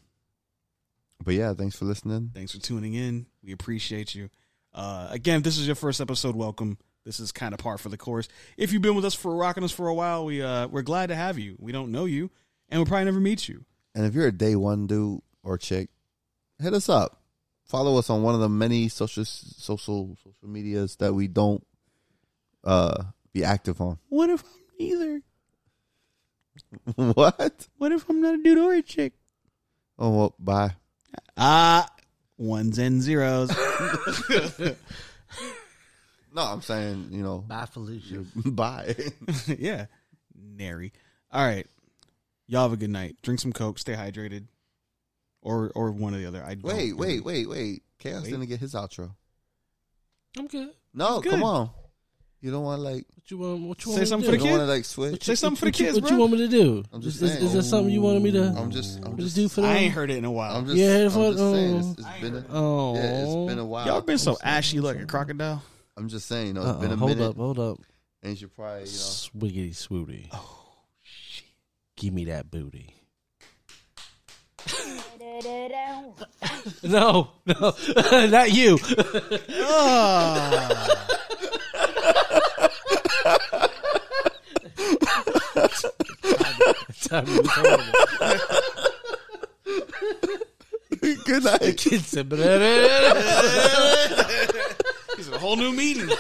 but yeah, thanks for listening.
Thanks for tuning in. We appreciate you. Uh, again, if this is your first episode, welcome. This is kind of par for the course. If you've been with us for rocking us for a while, we uh, we're glad to have you. We don't know you, and we'll probably never meet you.
And if you're a day one dude or chick, hit us up. Follow us on one of the many social social social medias that we don't uh be active on.
What if I'm neither?
what?
What if I'm not a dude or a chick?
Oh well, bye.
Ah, ones and zeros.
No, I'm saying, you know,
Bye, Felicia.
bye.
yeah, nary. All right, y'all have a good night. Drink some coke. Stay hydrated, or or one or the other. I don't
wait,
know.
wait, wait, wait. Chaos
Wait.
didn't get his outro.
I'm good.
No,
Good.
come on. You don't want to like.
What you want? What
Say
you want me to
something
do?
for the
You don't
kid?
want to like switch.
Say something for the
What you-
kids,
What
bro.
you want me to do?
I'm just
Is- is,
saying.
is there something you wanted me to,
I'm just. I'm
me to
just.
do for them?
I ain't heard it in a while.
I'm just,
Yeah,
I'm
it's
just
what-
saying. It's,
oh.
it's been. A,
Oh,
yeah, it's been a while.
Y'all been so
I'm,
ashy like a crocodile.
I'm just saying. No, it's
Uh-uh,
been a
hold
minute.
up, hold up.
And you should probably. You know,
Swiggity swooty. Oh shit! Give me that booty. No, no, not you.
Ah.
Timing was horrible.
good night.
Kid said, "Blah, blah, blah, blah."
It's a whole new meaning.